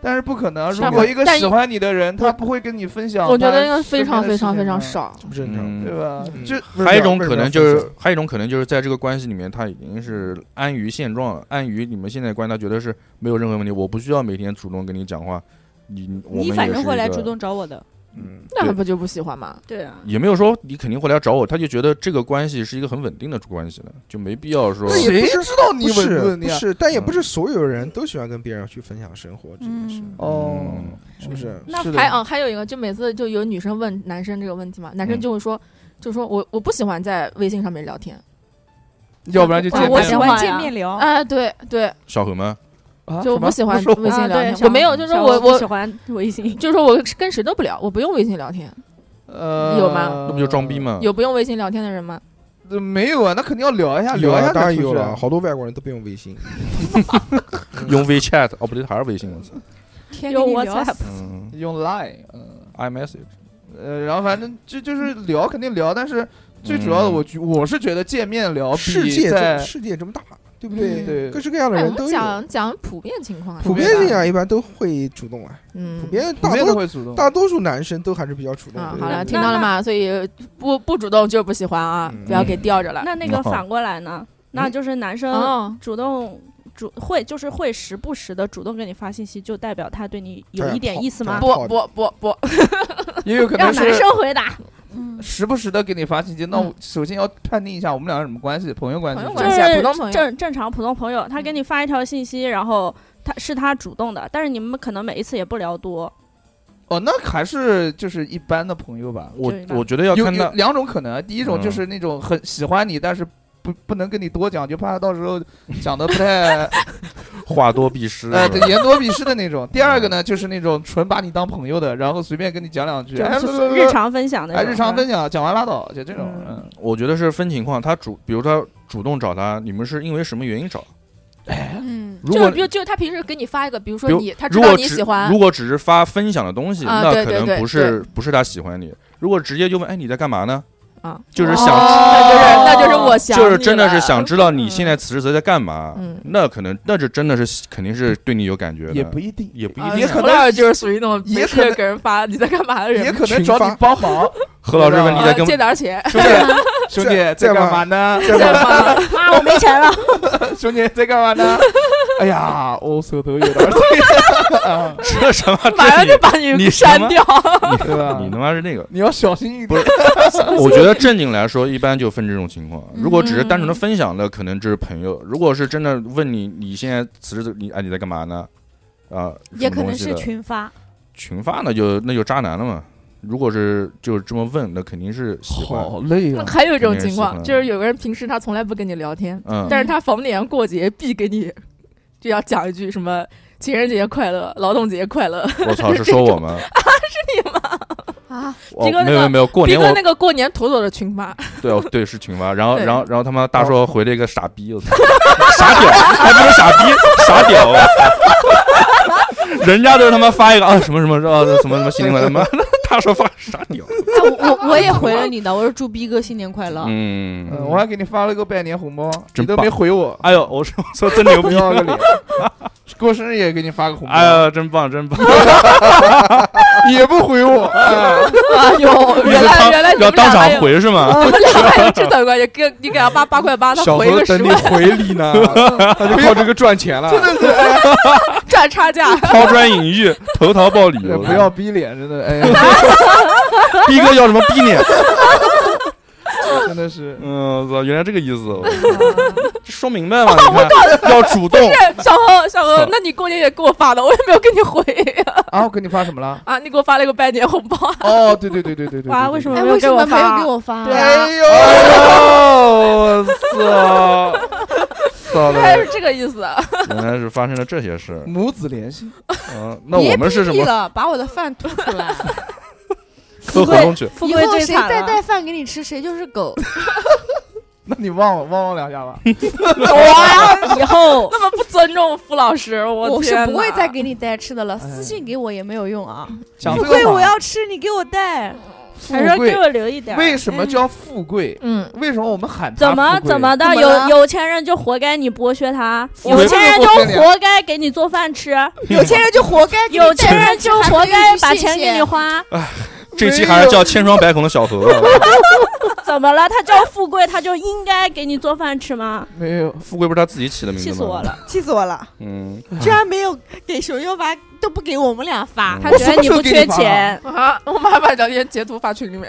但是不可能啊。但如果我一个但喜一欢你的人，他我不会跟你分享，我觉得应该非常非常非常，少。不正常。嗯啊对吧嗯？就还有一种可能就是，还有一种可能就是在这个关系里面，他已经是安于现状了，安于你们现在的关系，他觉得是没有任何问题，我不需要每天主动跟你讲话，你我们你也反是正一会来个主，动找我的，嗯，那他对不就不喜欢吗？对啊，也没有说你肯定会来找我，他就觉得这个关系是一个很稳定的关系了，就没必要说那也谁不知是道你不稳是稳不定啊？是，但也不是所有人都喜欢跟别人去分享生活这件事，嗯哦，是不是？那是的还啊，还有一个，就每次就有女生问男生这个问题嘛，男生嗯就会说，就说我我不喜欢在微信上面聊天。要不然就我见我面喜了欢见呀面聊，哎，对对，小何吗？啊就什我不么喜欢说微信啊聊对天，小我没有，就是小我欧不喜我欢微信，就是我跟谁都不聊，我不用微信聊天，呃，有吗那不就装逼？吗？有不用微信聊天的人吗？呃没有啊，那肯定要聊一下，有聊一啊，下当才然出有去了，啊。好多外国人都不用微信。用 WeChat 哦，不对，还是微信，我操，天有天我聊死，嗯用 Line，嗯， ，iMessage，呃，然后反正就就是聊，肯定聊，但是最主要的，嗯我觉我是觉得见面聊比世界这在世界这么大，对不嗯对？对各式各样的哎，我人们都有。讲讲普遍情况啊，普遍性啊，一般都会主动啊，嗯，普遍普大遍都多会主动。大多数男生都还是比较主嗯动啊，的。好了，对听到了吗？所以不不主动就是不喜欢啊，不要给吊着了。那那嗯个哦嗯好反过来呢？那就是男生嗯哦，主动主会就是会时不时的主动给你发信息，就代表他对你有对一点意思好吗？不不不不，也有可能让男是生回答，嗯，时不时的给你发信息。那我首先要判定一下我们俩是什么关系，朋友关系嗯朋是友吧，就关系啊普通朋是友嗯正正常普通朋友，他给你发一条信息，然后他是他主动的，但是你们可能每一次也不聊多，哦，那还是就是一般的朋友吧。我对吧我觉得要有看有到两种可能，啊第一嗯种就是那种很喜欢你，但是不不能跟你多讲，就怕到时候讲的不太话多必失， 呃是吧对言多必失的那种。第二个呢，就是那种纯把你当朋友的，然后随便跟你讲两句，就哎，不是不日不常分享的哎那种啊日常分享，讲完拉倒，就这种。嗯，我觉得是分情况，他主，比如他主动找他，你们是因为什么原因找？嗯，哎如就果是比如就他平时给你发一个，比如说比如你他知如道果你只喜欢如，果只是发分享的东西，啊那对可对能对不是不是他喜欢你。如果直接就问，哎，你在干嘛呢？啊，就是哦想、那就是那就是我想就你是真的是了想知道你现在此时此刻在干嘛。嗯那可能那是真的是肯定是嗯对你有感觉的，也不一定，也不一啊定。也可何能老师就是属于那种也没可事能给人发你在干嘛的也人，可能群找你发帮忙，何老师问你在啊跟借点钱，兄弟兄弟在在在干嘛吗呢？在吗？妈，我没钱了， 兄弟在干嘛呢？哎呀，我手头有点儿碎啊，这什么？马上这就把你你删 掉。对吧 你你？他妈是那个。你要小心一不点是。 我觉得正经来说，一般就分这种情况。如果只是单纯的嗯分享的，可能这是朋友；如果是真的问你，你现在此时此你哎你在干嘛呢？啊，也什么可能东西是的群发，群发那就那就渣男了嘛。如果是就是这么问，那肯定是喜欢。好累那啊！还有一种肯定是情喜况，欢就是有个人平时他从来不跟你聊天， 嗯，但是他逢年过节必给你就要讲一句什么情人节快乐、劳动节快乐。我操，是说我吗？ 啊，哦逼哥那个没有没有，过斌年哥我那个过年妥妥的群发，对哦对是群发，然后对哦然后然后他妈大硕回了一个傻逼，我操，傻屌，还不是傻逼，傻屌啊！人家都他妈发一个啊什么什么啊什么什么新年快乐，他妈大硕发傻屌，哎我我我也回了你的，我说祝逼哥新年快啊乐。嗯，呃嗯我还给你发了个拜年红包，真你都棒没回我，哎呦，我说我说真牛不逼，要个脸。过生日也给你发个红包，哎呀，真棒真棒，也不回我。哎哎 呦，原来原来你要们当俩还场有啊回是吗？你们俩还有这等关系，给你给他八八 块八，他小回何个等十你万回礼 呢，他就靠这个赚钱了。赚差价，抛砖引玉，投桃报李，不要逼脸，真的，哎呀， 逼哥要什么逼你？啊真的是。嗯，我操，原来这个意 思，我说明白了，你看要主动，小何小何，那你过年也给我发了，我也没有给你回 啊，我给你发什么了？啊，你给我发了个拜年红包， 哦，对对对对对对。哇对为什对么哎，没有为给什我么没有发给我发？对啊 哎呦，哎呦，我操！糟原来了 是，这个意思。原来是发生了这些事儿。母子联系，嗯，那我们是什别逼么？了，把我的饭吐出来。喝活动去。富以贵后最谁惨再了。带饭给你吃，谁就是狗。那你忘了忘我两下 吧。哇，以后那么不尊重傅老师，我我是天不会哪再给你带吃的了，哎私信给我也没有用啊。讲富这贵个我话，要吃，你给我带。富还说给贵我留一点儿。哎为什么叫富贵？嗯，为什么我们喊他怎么富贵怎么的怎？么了有有钱人就活该你剥削他，我有没钱有人剥就削你啊活该给你做饭吃， 有钱人就活该， 有钱人就活该把钱给你花。花。这期还是叫千疮百孔的小何吧。怎么了？他叫富贵，他就应该给你做饭吃吗？没有？富贵不是他自己起的名字气吗？死我！了！气死我了！嗯，居然没有给熊熊发，都不给我们俩发。他我觉什得么你时候不给缺你发钱，啊，我妈把聊天截图发群里面，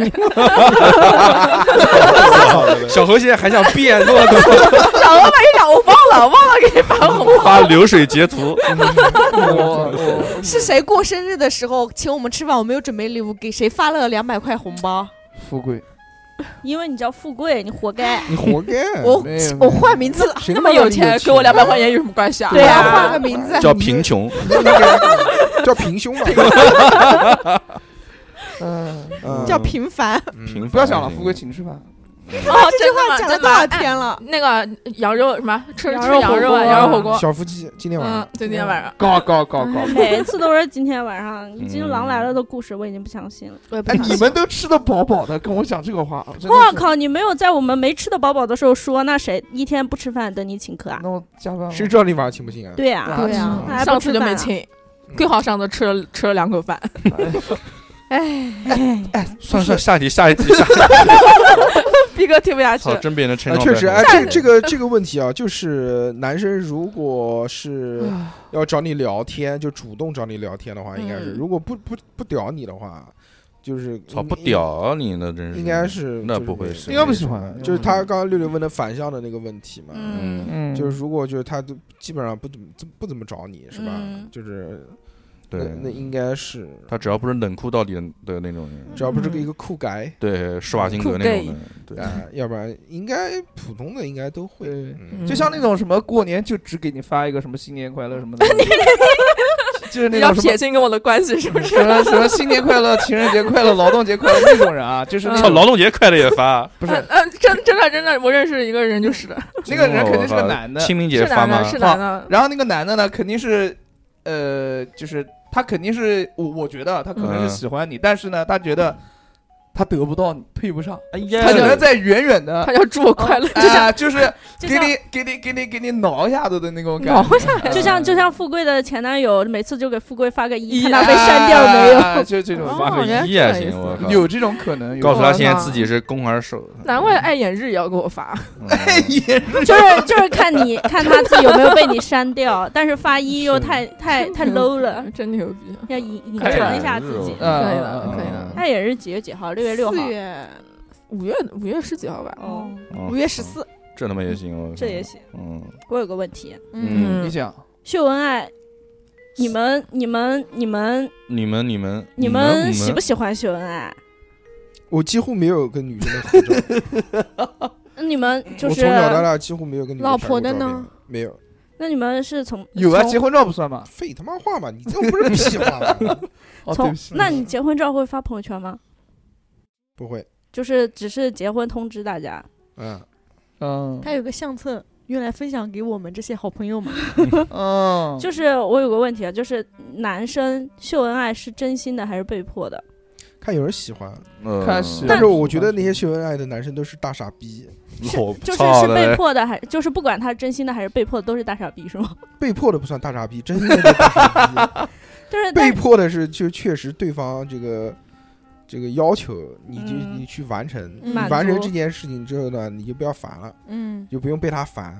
小何现在还想变，落了小老板哎一想，我忘了，忘了给你发红包。发流水截图， 我我是谁过生日的时候请我们吃饭，我没有准备礼物，给谁发了两百块红包？富贵，因为你叫富贵，你活该。你活该。我没有我换名字了，谁那他么妈有让你有钱，给我两百块钱有什么关系啊？对我啊要换个名字。叫贫穷。叫平胸吧，嗯，嗯叫平凡，平凡不要想了，富贵请吃饭。哦，这句话讲了多少天了？那个羊肉什么吃羊吃肉羊火肉锅啊，啊羊肉火锅。小夫妻今天晚嗯上，对，今天晚上高高高 高！每次都是今天晚上《金狼来了》的故事，我已经不相信了。我也不哎，想你们都吃的饱饱的，跟我讲这个话，真的是我！靠！你没有在我们没吃的饱饱的时候说，那谁一天不吃饭等你请客啊？那我加班了。嗯谁知道你晚上请不请啊？对呀、对啊还上不次吃就没饭啊请，正好上次吃了吃了两口饭，哎哎算了算了，下一题，下一题，下一题。逼哥听不下去 操，。真变成千啊，疮确百孔实，哎，这这个这个问题啊，就是男生如果是要找你聊天，就主动找你聊天的话，应该是嗯如果不不不屌你的话，就是操，应不，屌啊你那真是。应该是那就是不会是应该不喜欢就是他刚刚六六问的反向的那个问题嘛，嗯，嗯，就是如果就是他都基本上不怎么不怎么找你是吧嗯？就是那对，那应该是他只要不是冷酷到底的那种人，只要不是个嗯一个酷 改对，施瓦辛格那种的，对，啊，要不然应该普通的应该都会。对嗯就像那种什么过年就只给你发一个什么新年快乐什么的，就是你那要种什么撇清跟我的关系是不是？什么什么新年快乐、 情人节快乐、劳动节快乐那种人啊，就是那操，种劳动节快乐也发，不是嗯嗯，真真的真的，我认识一个人就是的，那个人肯定是个男的，哦清明节是发男吗的，？是男的，然后那个男的呢，肯定是，呃，就是他肯定是我，我觉得他可能嗯是喜欢你，但是呢，他觉得他得不到你，配不上，哎他只能呀，在远远的他，要祝哦我快乐，哎就像啊，就是就给像你给你给你给你挠一下子的那种感挠觉，就像就像富贵的前男友，每次就给富贵发个一，一看他被删掉没有？有？啊 就这种哦发原来个是一也这个意思行，我靠有这种可能，有嗯 告诉我他靠现在自己是攻还是 守。难怪爱眼日也要给我发，哎嗯也 就是就是看你看他自己有没有被你删掉，但是发一又太太哎 太 low 了，，嗯真牛逼，啊要隐隐哎呀藏一下自己这。种可以啊了，可以嗯了。他也是几月几号？六月六号四。月五月五月十几号吧？哦，嗯五月十四，这他妈也行，我靠这也行。嗯，我有个问题，嗯你讲秀恩爱你们你们你们你们你们你们们喜不喜欢秀恩爱？我几乎没有跟女生的合照，那你们就我是从小到大几乎没有跟女生老拍婆过的照呢片？没有，那你们是从有啊，从结婚照不算吗？废他妈话嘛！你这不是屁话吗？ 哦，对从不起，那你结婚照会发朋友圈吗？不会，就是只是结婚通知大家，嗯，嗯他有个相册，用来分享给我们这些好朋友们。嗯，就是我有个问题啊，就是男生秀恩爱是真心的还是被迫的？看有人喜欢，呃看是但是我觉得那些秀恩爱的男生都是大傻逼，老就是操是的被嘞迫的还就是不管他是真心的还是被迫的，都是大傻逼是吗？ 被迫的不算大傻逼，真心的就是大傻逼，就是但被迫的是就确实对方这个这个要求，你就嗯你去完成，嗯你满完成足这件事情之后呢，你就不要烦了，嗯，就不用被他烦。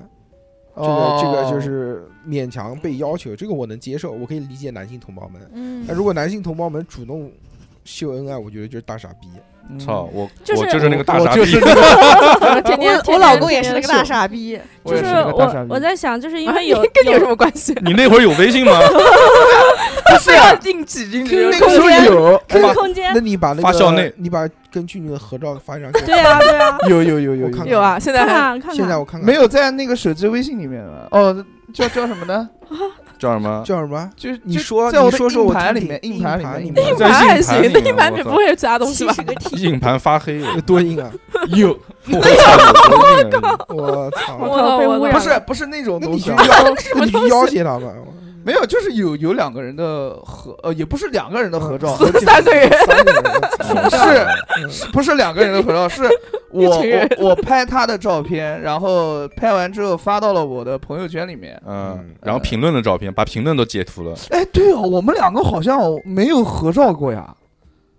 这个哦这个就是勉强被要求，这个我能接受，我可以理解男性同胞们。嗯那，如果男性同胞们主动秀恩爱，我觉得就是大傻逼。嗯操，我就是我就是那个大我傻哦就逼是，天天我我老公也是那个大，傻逼，我也就是个大傻我逼 我在想，就是因啊 天天秀为有、跟你有什么关系？ 你那会儿有微信吗？是要硬挤进去，那个时候有，哎有把空间那，你把那个发校内你把跟俊女的合照发一张给对啊对啊， 有有有有我看有啊，现在看我，看还看现在看，我看看没有在那个手机微信里面吗？哦，叫叫什么呢？叫什么？叫什么？就是你就说在我你的说说硬我盘听里听面，硬盘盘里里面面在硬还盘行里，那面硬盘我里操 不会有其他东西吧？硬盘发黑了有，多硬啊！有我操，有多硬啊！我操！我被我污染不了是不是那种那东你西去啊， 要，那你去要挟他们。没有，就是有有两个人的合，呃，也不是两个人的合照，嗯三个人三个人 我操是 不是两个人的合照，是我群人我我拍他的照片，然后拍完之后发到了我的朋友圈里面。嗯，然后评论的照片，把评论都截图了。哎，对哦，我们两个好像没有合照过呀。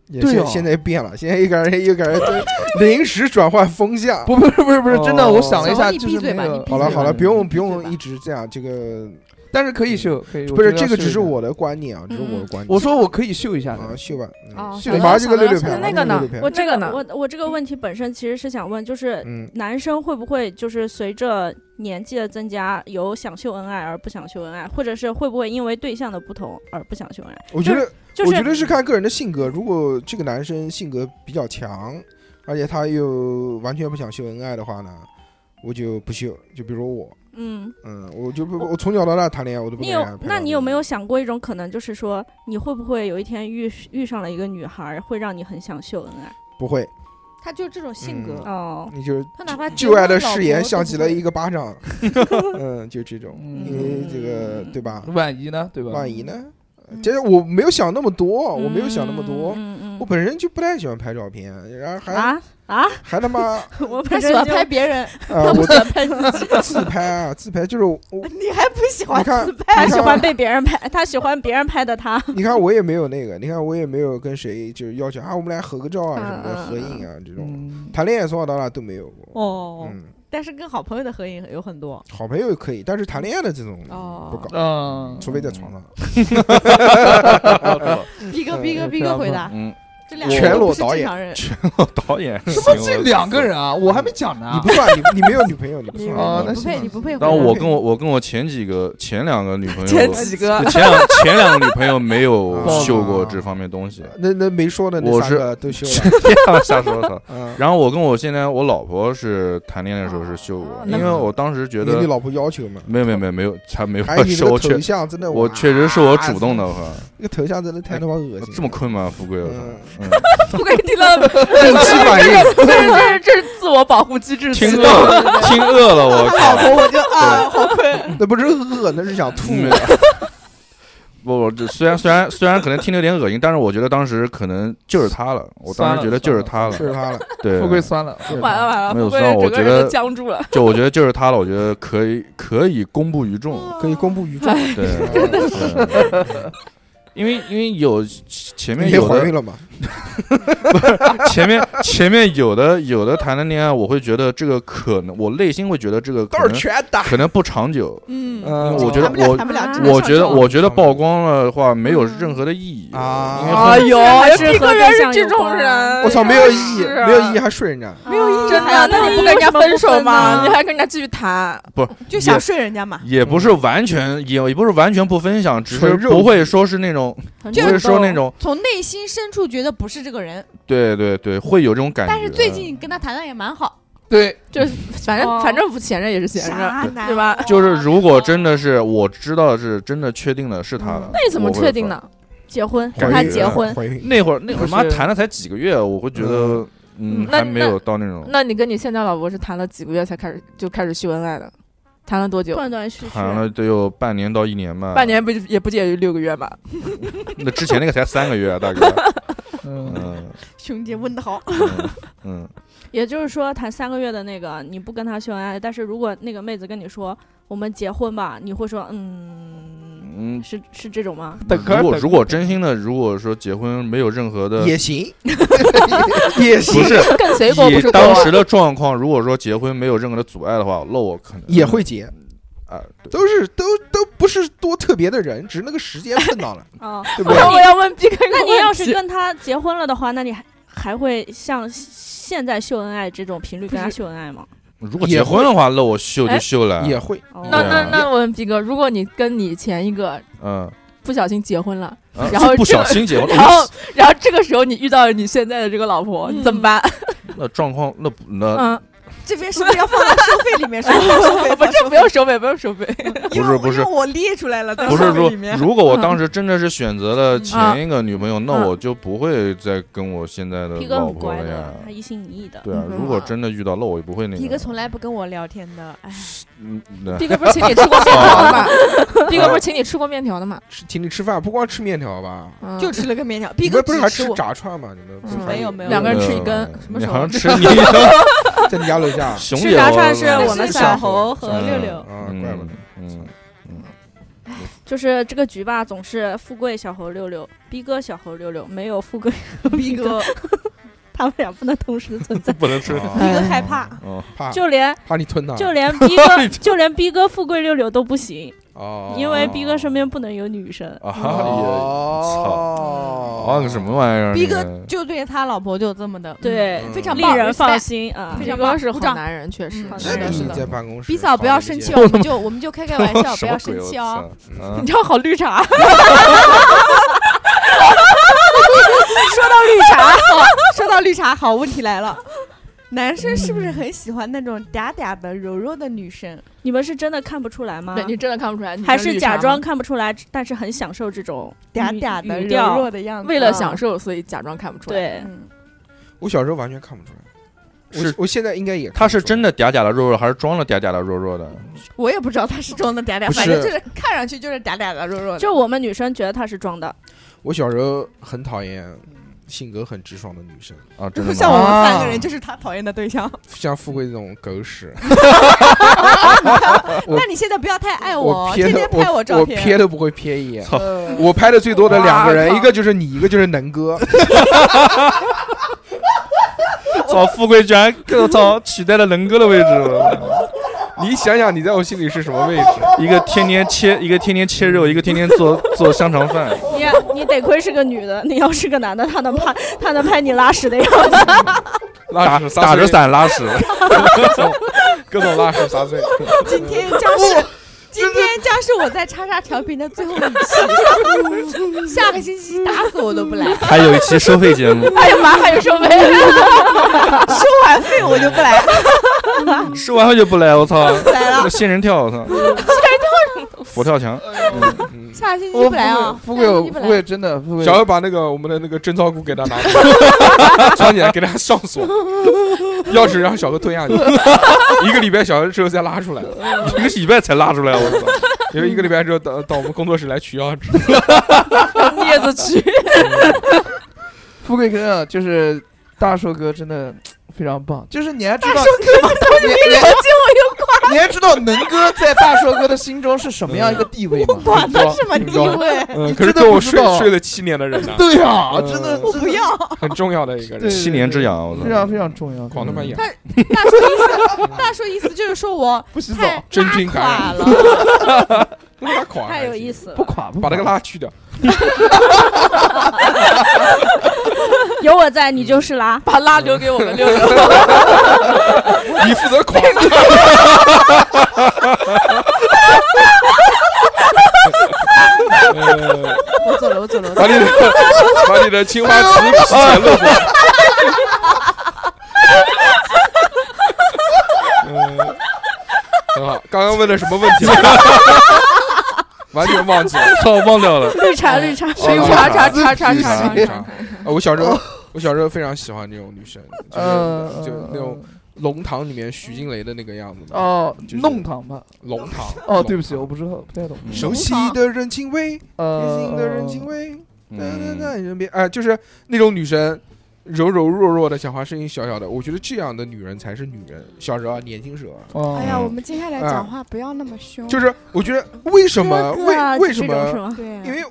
也对现哦现在变了，现在又感觉又感觉真临时转换风向。不不是不是不是，真的，哦我想了一下，你就闭是嘴吧没有你闭嘴好了好了，不用不对吧用一直这样，这个 但是可以秀，可以。不我是觉得这个，只秀是一下我。的观念啊，只是我的观我点。说我可以秀一下的，啊，秀吧，嗯哦我马上就跟六六拍，那个呢马上就跟六六拍我这这个呢我我这个问题本身其实是想问，就是嗯，男生会不会就是随着年纪的增加，有想秀恩爱而不想秀恩爱，或者是会不会因为对象的不同而不想秀恩爱？我觉得就我觉是得是看个人的性格。如果这个男生性格比较强，而且他又完全不想秀恩爱的话呢，我就不秀。就比如我，嗯，嗯，我就不，我我从小到大谈恋爱我都不你跟有人家拍那照你有片没有想过一种可能，就是说你会不会有一天遇遇上了一个女孩，会让你很想秀恩爱？不会？他就这种性格，哦，你就他哪怕旧爱的誓言像极了一个巴 掌，嗯，就这种，嗯因为这个嗯对吧？万一呢，对吧？万一呢？其实我没有想那么多，哦我没有想那么多，嗯嗯我本身就不太喜欢拍照片，然后还、啊啊！还他妈啊、 我他本身喜欢就拍别人，呃，我欢 拍自己，自拍啊，自拍就是我，你还不喜你看自拍？他你喜看欢被别人拍，他喜欢别人拍的他。你看我也没有那个，你看我也没有跟谁就是要求啊，我们来合个照啊什么的，嗯合影啊这种，嗯，谈恋爱从小到大都没有过， 哦嗯，但是跟好朋友的合影有很多。好朋友可以，但是谈恋爱的这种哦不搞，嗯，除非在床上，哦逼哥，嗯逼哥，逼哥回啊答，嗯， 这两个全都裸不是导正演常人。导演什什么这两个？人啊？我还没讲呢。你不算，你你没有女朋友，你不嗯算，啊哦那你不配，你不配回答。但 我跟我我跟我前几个前两个女朋友，前 几个就前两前两个女朋友没有 哦秀过这方面东 西， 那那没说的那我三是个都修了。瞎瞎说的。嗯，然后我跟我现在我老婆是谈恋爱的时候是秀过，因为我当时 觉你你得老婆要求嘛，没有没有没有没有，才没有还有你这秀，个我确头像真的，我哇确实是我主动的，，我这个头像真的太他妈恶靠心，这么困吗？富贵，我靠嗯，嗯不给听到，这定 期反应，是这是这是自我保护机制，听饿了，听饿了，我老靠！婆，我就啊，好那不是饿，那是想吐。没有不，我这虽然虽然虽然可能听着有点恶心，但是我觉得当时可能就是他了，我当时觉得就是他了，是他了，对，富贵酸了。是完他了了完了，没有富贵算我整觉个人得都僵住了。 就我觉得就是他了，我觉得可以可以公布于众，可以公布于众。对，真的是。 因为因为有前面你也有怀的孕了嘛？前面前面有的有的谈的恋爱，我会觉得这个可能，我内心会觉得这个可能全打。可能不长久。嗯嗯哦我觉得谈不了我谈不了，只能我上觉得床我觉得曝光了的话没有任何的意义啊因为哦哎呦，还是这和个人对是象这有种关啊人，我操，没有意哎义，是没有意义还睡人家，没有意义啊哎真的？那你不跟人家分手吗？你还跟人家继续谈？就想睡人家嘛，也不是完全也也不是完全不分享，只是纯肉不会说是那种很不就会主说那动种从内心深处觉得不是这个人，对对对会有这种感觉。但是最近跟他谈的也蛮好，对，就是反正、哦反正不闲着也是闲着。男对吧 就是如果真的是我知道是真的确定了是他了，嗯那你怎么我会确定分？呢？结婚怀跟他孕结婚，怀孕那会儿那会儿不妈是谈了才几个月，我会觉得嗯嗯那还没有到那种。那你跟你现在老婆是谈了几个月才开始就开始秀恩爱的？谈了多久？断断续续，谈了得有半年到一年吧，半。年不也不介于六个月吧？那之前那个才三个月啊，大 哥。嗯，嗯熊姐问的好，嗯嗯，也就是说谈三个月的那个你不跟他秀恩爱，但是如果那个妹子跟你说我们结婚吧，你会说嗯，嗯是是这种吗？等会儿如果等如果真心的，如果说结婚没有任何的，也行，呃 也不 行，是跟水果不以是当时果，的状况，如果说结婚没有任何的阻碍的话，那我可能也会结，啊，对都是都都不是多特别的人，只是那个时间碰 到了，啊，对不我对？哦我要问 B 哥，那你要是跟他结婚了的话，那你还还会像现在秀恩爱这种频率跟他秀恩爱吗？如果结婚的话，那我秀哎就秀了，也会哦那对啊那那我问 B 哥，如果你跟你前一个嗯，不小心结婚了，啊然后不这小个心结婚， 然后然后这个时候你遇到了你现在的这个老婆，你怎么办？那状况那不那嗯，这边是不是要放到收费里面说？收费不是不用收费，不用收费。不是不是我列出来了，在不是收费说里面，嗯如果我当时真的是选择了前一个女朋友，那嗯我就不会再跟我现在的皮哥老很婆乖了呀的，。他一心一意的。对啊，嗯如果真的遇到，那我也不会那一个个。从来不跟我聊天的，哎，嗯，对 B 哥不是请你吃过面条 的吗？B 哥不是请你吃过面条的吗？吃请你吃饭，不光吃面条吧？嗯就吃了个面条，你毕哥们不是还吃我，炸串吗？你们不是嗯还没有没有两个人呃吃一根，什么你时候好像吃 你在你家楼下熊啊吃姐炸我串是那我们是三小个猴和嗯六六，啊，怪不得。嗯，就是这个局吧，总是富贵小猴六六，逼哥小猴六六，没有富贵和逼哥， 他们俩不能同时存 在 。不能吃。啊毕哥害怕，嗯哦，怕就连怕你吞它，就连逼哥就连逼哥富贵六六都不行，哦，因为逼哥身边不能有女生。啊也哦，啊个什么玩意儿？逼那哥个就对他老婆就这么的，对，嗯非常令棒人放 respect 心啊非。 B 常哥棒是鼓好掌男人，确实嗯是的你是的在办公室，比嫂不要生气，哦，我们就我们就开开玩 笑，不什要么生鬼？我气哦。操！嗯你这样好绿 茶。说到绿茶，好说到绿茶，好问题来了，男生是不是很喜欢那种嗲嗲的、柔柔的女生？你们是真的看不出来吗？对你真的看不出来，你还这是绿茶假吗装看不出来，但是很享受这种嗲语嗲的、语柔调。弱的样子，为了享受，所以假装看不出来。对，嗯，我小时候完全看不出来，我是我现在应该也看不他是出来真的嗲嗲的弱弱，还是装了嗲嗲的弱弱的？我也不知道他是装的嗲不嗲，是反正就是看上去就是嗲嗲的、弱弱的。就我们女生觉得他是装的，我小时候很讨厌性格很直爽的女生，啊，真的吗？像我们三个啊人就是他讨厌的对象。像富贵这种狗屎，我那你现在不要太 爱呃我天都天拍我我照我瞥片。都不会瞥一眼。操我拍的最多的两个人，哇一个就是你，一个就是能哥。 操，富贵居然我操取代了能哥的位置了，你想想，你在我心里是什么位置？一个天天切，一个天天切肉，一个天天做做香肠饭。你你得亏是个女的，你要是个男的，他能拍他能拍你拉屎的样子。拉屎撒打着碎，伞拉屎，各种各种拉屎撒碎。今天将哦是今天将是我在叉叉调频的最后一期，下个星期打死我都不来，还有一期收费节 目，哎呀妈，还有收费？收完费我就不来。收完后就不来，我操，来了仙人跳，我操，仙人跳，佛跳墙，嗯下个星期我不来啊！富贵，下个富贵，星期不富来。贵真的，富贵小何把那个我们的那个贞操裤给他拿出来，装起来给他上锁，钥匙让小何吞下 去。一个礼拜，小何之后再拉出来，一个礼拜才拉出来，我操，因为一个礼拜之后到到我们工作室来取钥匙。 镊子去。富贵真的就是大硕哥，真的非常棒。就是你还知道，大你你我又挂你还知道能哥在大硕哥的心中是什么样一个地位吗？管他什么地位，嗯，你可是真的跟我不知睡道睡了七年的人呢，对呀，真的我不要。很 重要的一个人，对七年之痒，我操非，啊常非常重要，狂他妈痒，大叔意思， 大叔意思就是说我不洗太澡真拉菌感垮染了，拉垮，太有意，思不了，垮不垮把那个拉去掉，有我在你就是啦。把拉留给我们六六。 你负责垮，呃我走了，我走了，我 走把了你的把你的青花瓷洗钱露出来。 嗯，很好。刚刚问了什 么问题？完全忘记了，操，忘掉了。绿茶绿茶，啊谁叉查叉叉叉叉自己叉。啊我小时候，我小时候非常喜欢这种女生，就是嗯，就那种龙堂里面徐静蕾的那个样子嘛。哦就，是弄堂吧。龙堂。哦，对不起，龙我堂不知道，不太懂。熟悉的人情味，贴心呃，的人情味，哒哒哒，嗯，人别哎，就是那种女生。柔柔弱弱的，讲话声音小小的，我觉得这样的女人才是女人。小时候啊，年轻时候啊，哦。哎呀，我们接下来讲话不要那么凶，就是我觉得为什么哥哥啊为为就什这种是么？吗？对，因为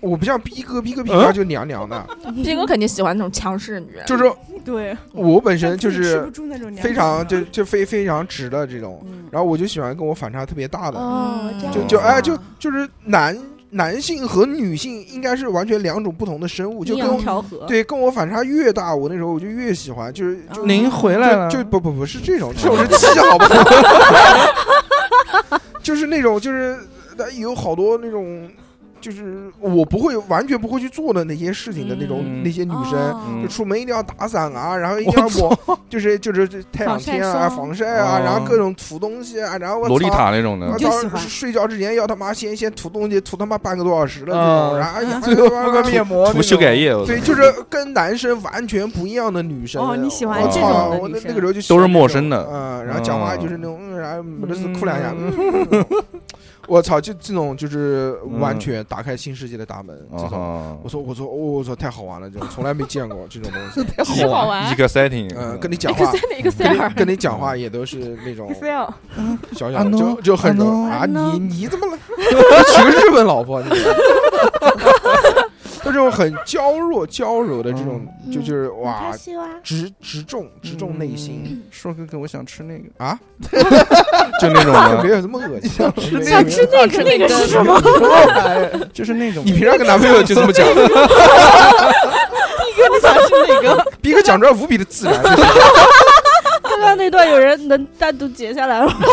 我不像逼哥，逼哥逼哥就娘娘的，斌哥肯定喜欢那种强势的女人，就是对，我本身就吃不是住那种娘啊非常子就就非非常直的这种，嗯然后我就喜欢跟我反差特别大的，哦，嗯这样就子就啊哎就就是男男性和女性应该是完全两种不同的生物，就阴跟阳我调和。对，跟我反差越大，我那时候我就越喜欢，就是啊就哦您回就就嗯不不不是这种，这种是气，好不好？ 就是那种就是呃有好多那种，就是我不会完全不会去做的那些事情的那种、嗯那些女生。哦就嗯出门一定要打伞啊，然后一定要抹，就是就是这太阳防晒天啊，霜防晒啊，哦然后各种涂东西啊，然后我洛丽操塔那嗯种的我，就操喜！欢睡觉之前要他妈先先涂东西，涂他妈半个多小时的这种，嗯啊然后哎呀 最后他妈敷个面膜，涂修改液，我操对，就是跟男生完全不一样的女生。哎哦你喜欢我这操种的我那女生那个时候就喜都欢这是种陌生的嗯，然后讲话嗯就是那种，嗯然后没得事哭两下。嗯 我操，就这种就是嗯完全打开新世界的大门，这种。哦我，说我说我操，太好玩了，这种从来没见过这种东西。太好好一个 setting，哎嗯，跟你你讲话，哪个跟你跟你讲话也都是那种 Excel 小啊小的，喏就就很啊柔喏啊，你你怎么了？娶个日本老婆，你 就这种很娇弱、娇柔的这种，就就是嗯哇，直直中直中内嗯心，说哥哥，我想吃那个。就那种 就哎没的，有那么恶心。啊吃没有那没有个那个那个是什 么？就是那种你平常跟男朋友就这么讲，我想吃哪个？ 逼哥讲出来无比的自然，刚刚那段有人能单独截下来吗？超截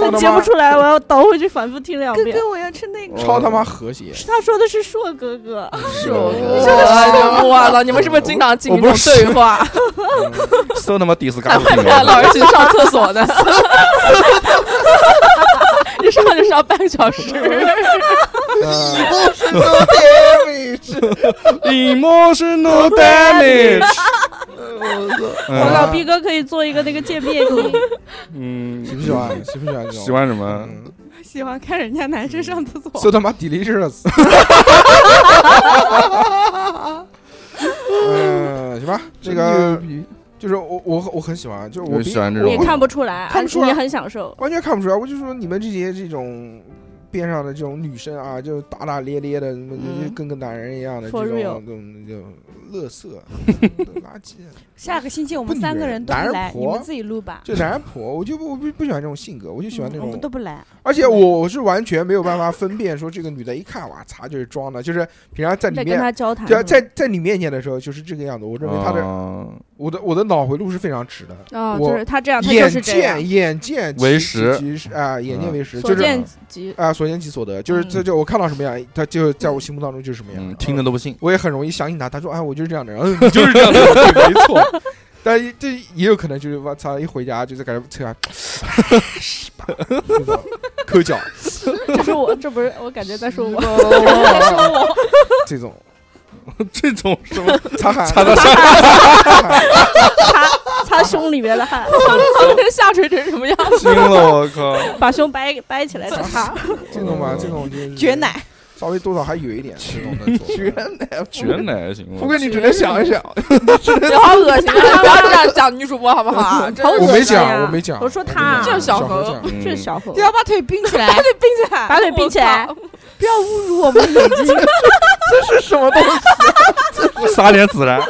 他不妈出来，我要倒回去反复听两哥遍。哥，我要吃那个。超他妈和谐。他说的是硕哥哥，是我哇真的是 我了！你们是不是经常进行这种对话？搜他妈 d i s c 还会 o 带哎老人去上厕所的，一上就上半个小时。嗯 emotional damage，我我靠，逼哥可以做一个那个见面礼，嗯，喜不喜欢？喜不喜欢这种？ 喜欢什么？嗯。喜欢看人家男生上厕所。 So 他妈 delicious。嗯，行吧，这个就是我我我很喜欢，就是我我并喜欢这你也种，看不出来，看不出来你很享受。完全看不出来，我就说你们这些这种边上的这种女生啊，就打打咧咧的，什么嗯就跟个男人一样的这 For 种 real 这种这种乐色垃圾，下个星期我不们女三个人人都男不人来，你婆们自己录吧。就男人婆，我就不我不不喜欢这种性格，我就喜欢那嗯种我们都不来，而且我是完全没有办法分辨说这个女的一看哇擦就是装的，就是平常在里在面跟他交谈，对啊，在在你面前的时候就是这个样子。我认为他的、哦我的我的脑回路是非常直的，啊，我就是他这样，他就眼是这样，见眼见为嗯实实啊，眼见为实，所就是见即啊，所见即所得，就是嗯这就我看到什么样，他就在我心目当中就是什么样。嗯，听着都不 信，我也很容易相信他，他说啊，我就是这样的人， 嗯，你就是这样的人，对没错。但一这也有可能就是我操，一回家就是感觉车上 抠脚这是我，这不是我感觉在说我，这种，这种是吧？擦汗擦到上，擦擦胸里面的汗，这人下垂成什么样？惊了，我靠！把胸掰掰起来擦。这种嘛，这种就是绝奶。稍微多少还有一点这种能做出来全奶全奶还行吗，富贵，你只能想一想，别好恶心，不 要这样讲女主播好不好啊？真好的恶我没心讲，啊我没讲，我说他我没讲就是小小何讲的嗯这是小伙，要把腿并起来，把腿并起来，把腿并起来我靠，不要侮辱我们的眼睛。这是什么东西？撒点孜 然，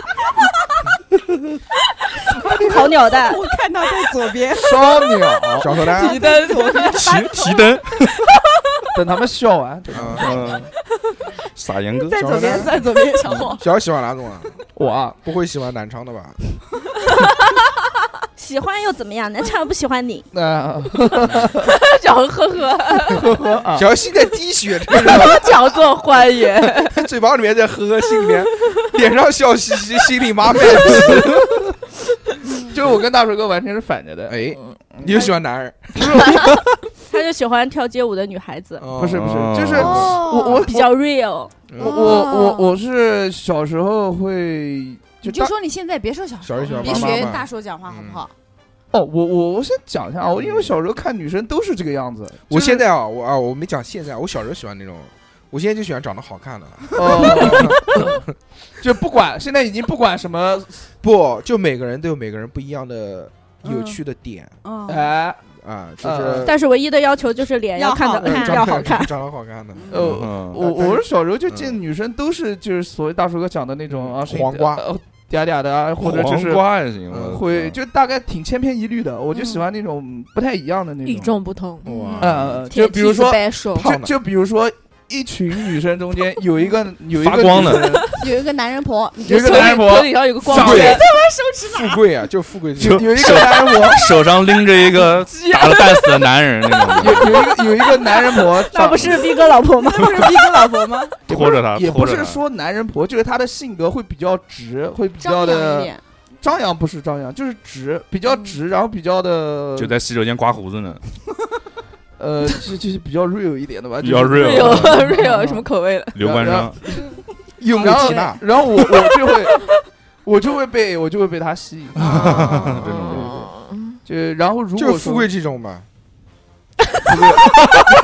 烤鸟蛋，我看到在左边，烧鸟， 小何来，啊你在左边，提提灯，等他们笑完，这个啊，嗯，撒盐哥，在左左边边，在在左边，小伙。啊小何喜欢哪种啊？我啊，不会喜欢南昌的吧？喜欢又怎么样？南昌不喜欢你，那小何呵 呵，呵呵啊，小何心在滴血，这个强作欢迎，人嘴巴里面在呵，心里面脸上笑嘻嘻，心里妈卖批。就是我跟大水哥完全是反着的，哎，你就喜欢男人？ 他就喜欢跳街舞的女孩子，嗯不是不是，哦哎就是哦我我比较 real。我我我我是小时候会就你就大说你现在别说小小时候喜欢别妈妈嗯学嘛大叔讲话好不好？哦，我我我先讲一下啊，我因为我小时候看女生都是这个样子，我现在在啊，我啊，我没讲现在，我小时候喜欢那种，我现在就喜欢长得好看的。 就不管现在已经不管什么不，就每个人都有每个人不一样的有趣的点嗯哎啊，就嗯是但是唯一的要求就是脸要看好的呃看要长好得看，长得好看的呃嗯我但我是小时候就嗯见女生都是就是所谓大叔哥讲的那种啊，嗯黄瓜呃嗲嗲的啊，或者就黄是瓜也行，嗯我会操就大概挺千篇一律的，我就喜欢嗯那种不太一样的那 与种，众不同。哇，呃，就比如说胖就的就比如说一群女生中 间有一个有一发个光女的生有一个男人婆，你有一就个说男人婆头，顶上有个光长对圈，得富贵啊，就富贵这有种，有一个男人婆， 手上拎着一个打了半死的男人 那有种有一个有一个男人婆， 那不是逼哥老婆吗？不是逼哥老婆吗？的，拖着他，也拖不啊着是他说男人婆，就是他的性格会比较直，会比较张扬一的 点，张扬，不是张扬，就是直，比较直，然后比较的就在洗手间刮胡 子呢，呃，就就是比较 real 一点的吧，比较就是 real real 嗯 real 什么口 味的？刘关然张后，用力然后提纳，然后我我就会我就会被我就会被他吸 引，啊这种就然后如就果富说贵这种嘛，你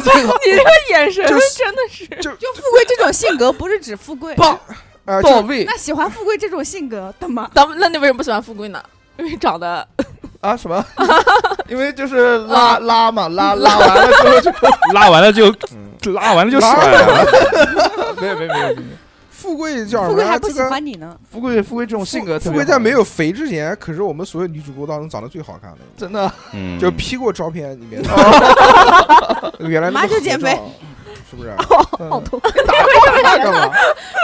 这个眼神就是真的是就富贵这种性格，不是指富贵。棒啊，到就位那喜欢富贵这种性格的吗？咱们那你为什么不喜欢富贵呢？因为长得啊什么，因为就是拉拉嘛，拉拉完了之后就拉完了就嗯拉完了就甩了，没有没有没有，没有富贵叫什富么贵还啊？不这喜个欢你呢。富贵富贵这种性格特富别贵好，在没有肥之前，可是我们所有女主播当中长得最好看的。真的 嗯就 P 过照片里面， 原来那个妈就减肥合照，是不是？好痛，打干嘛？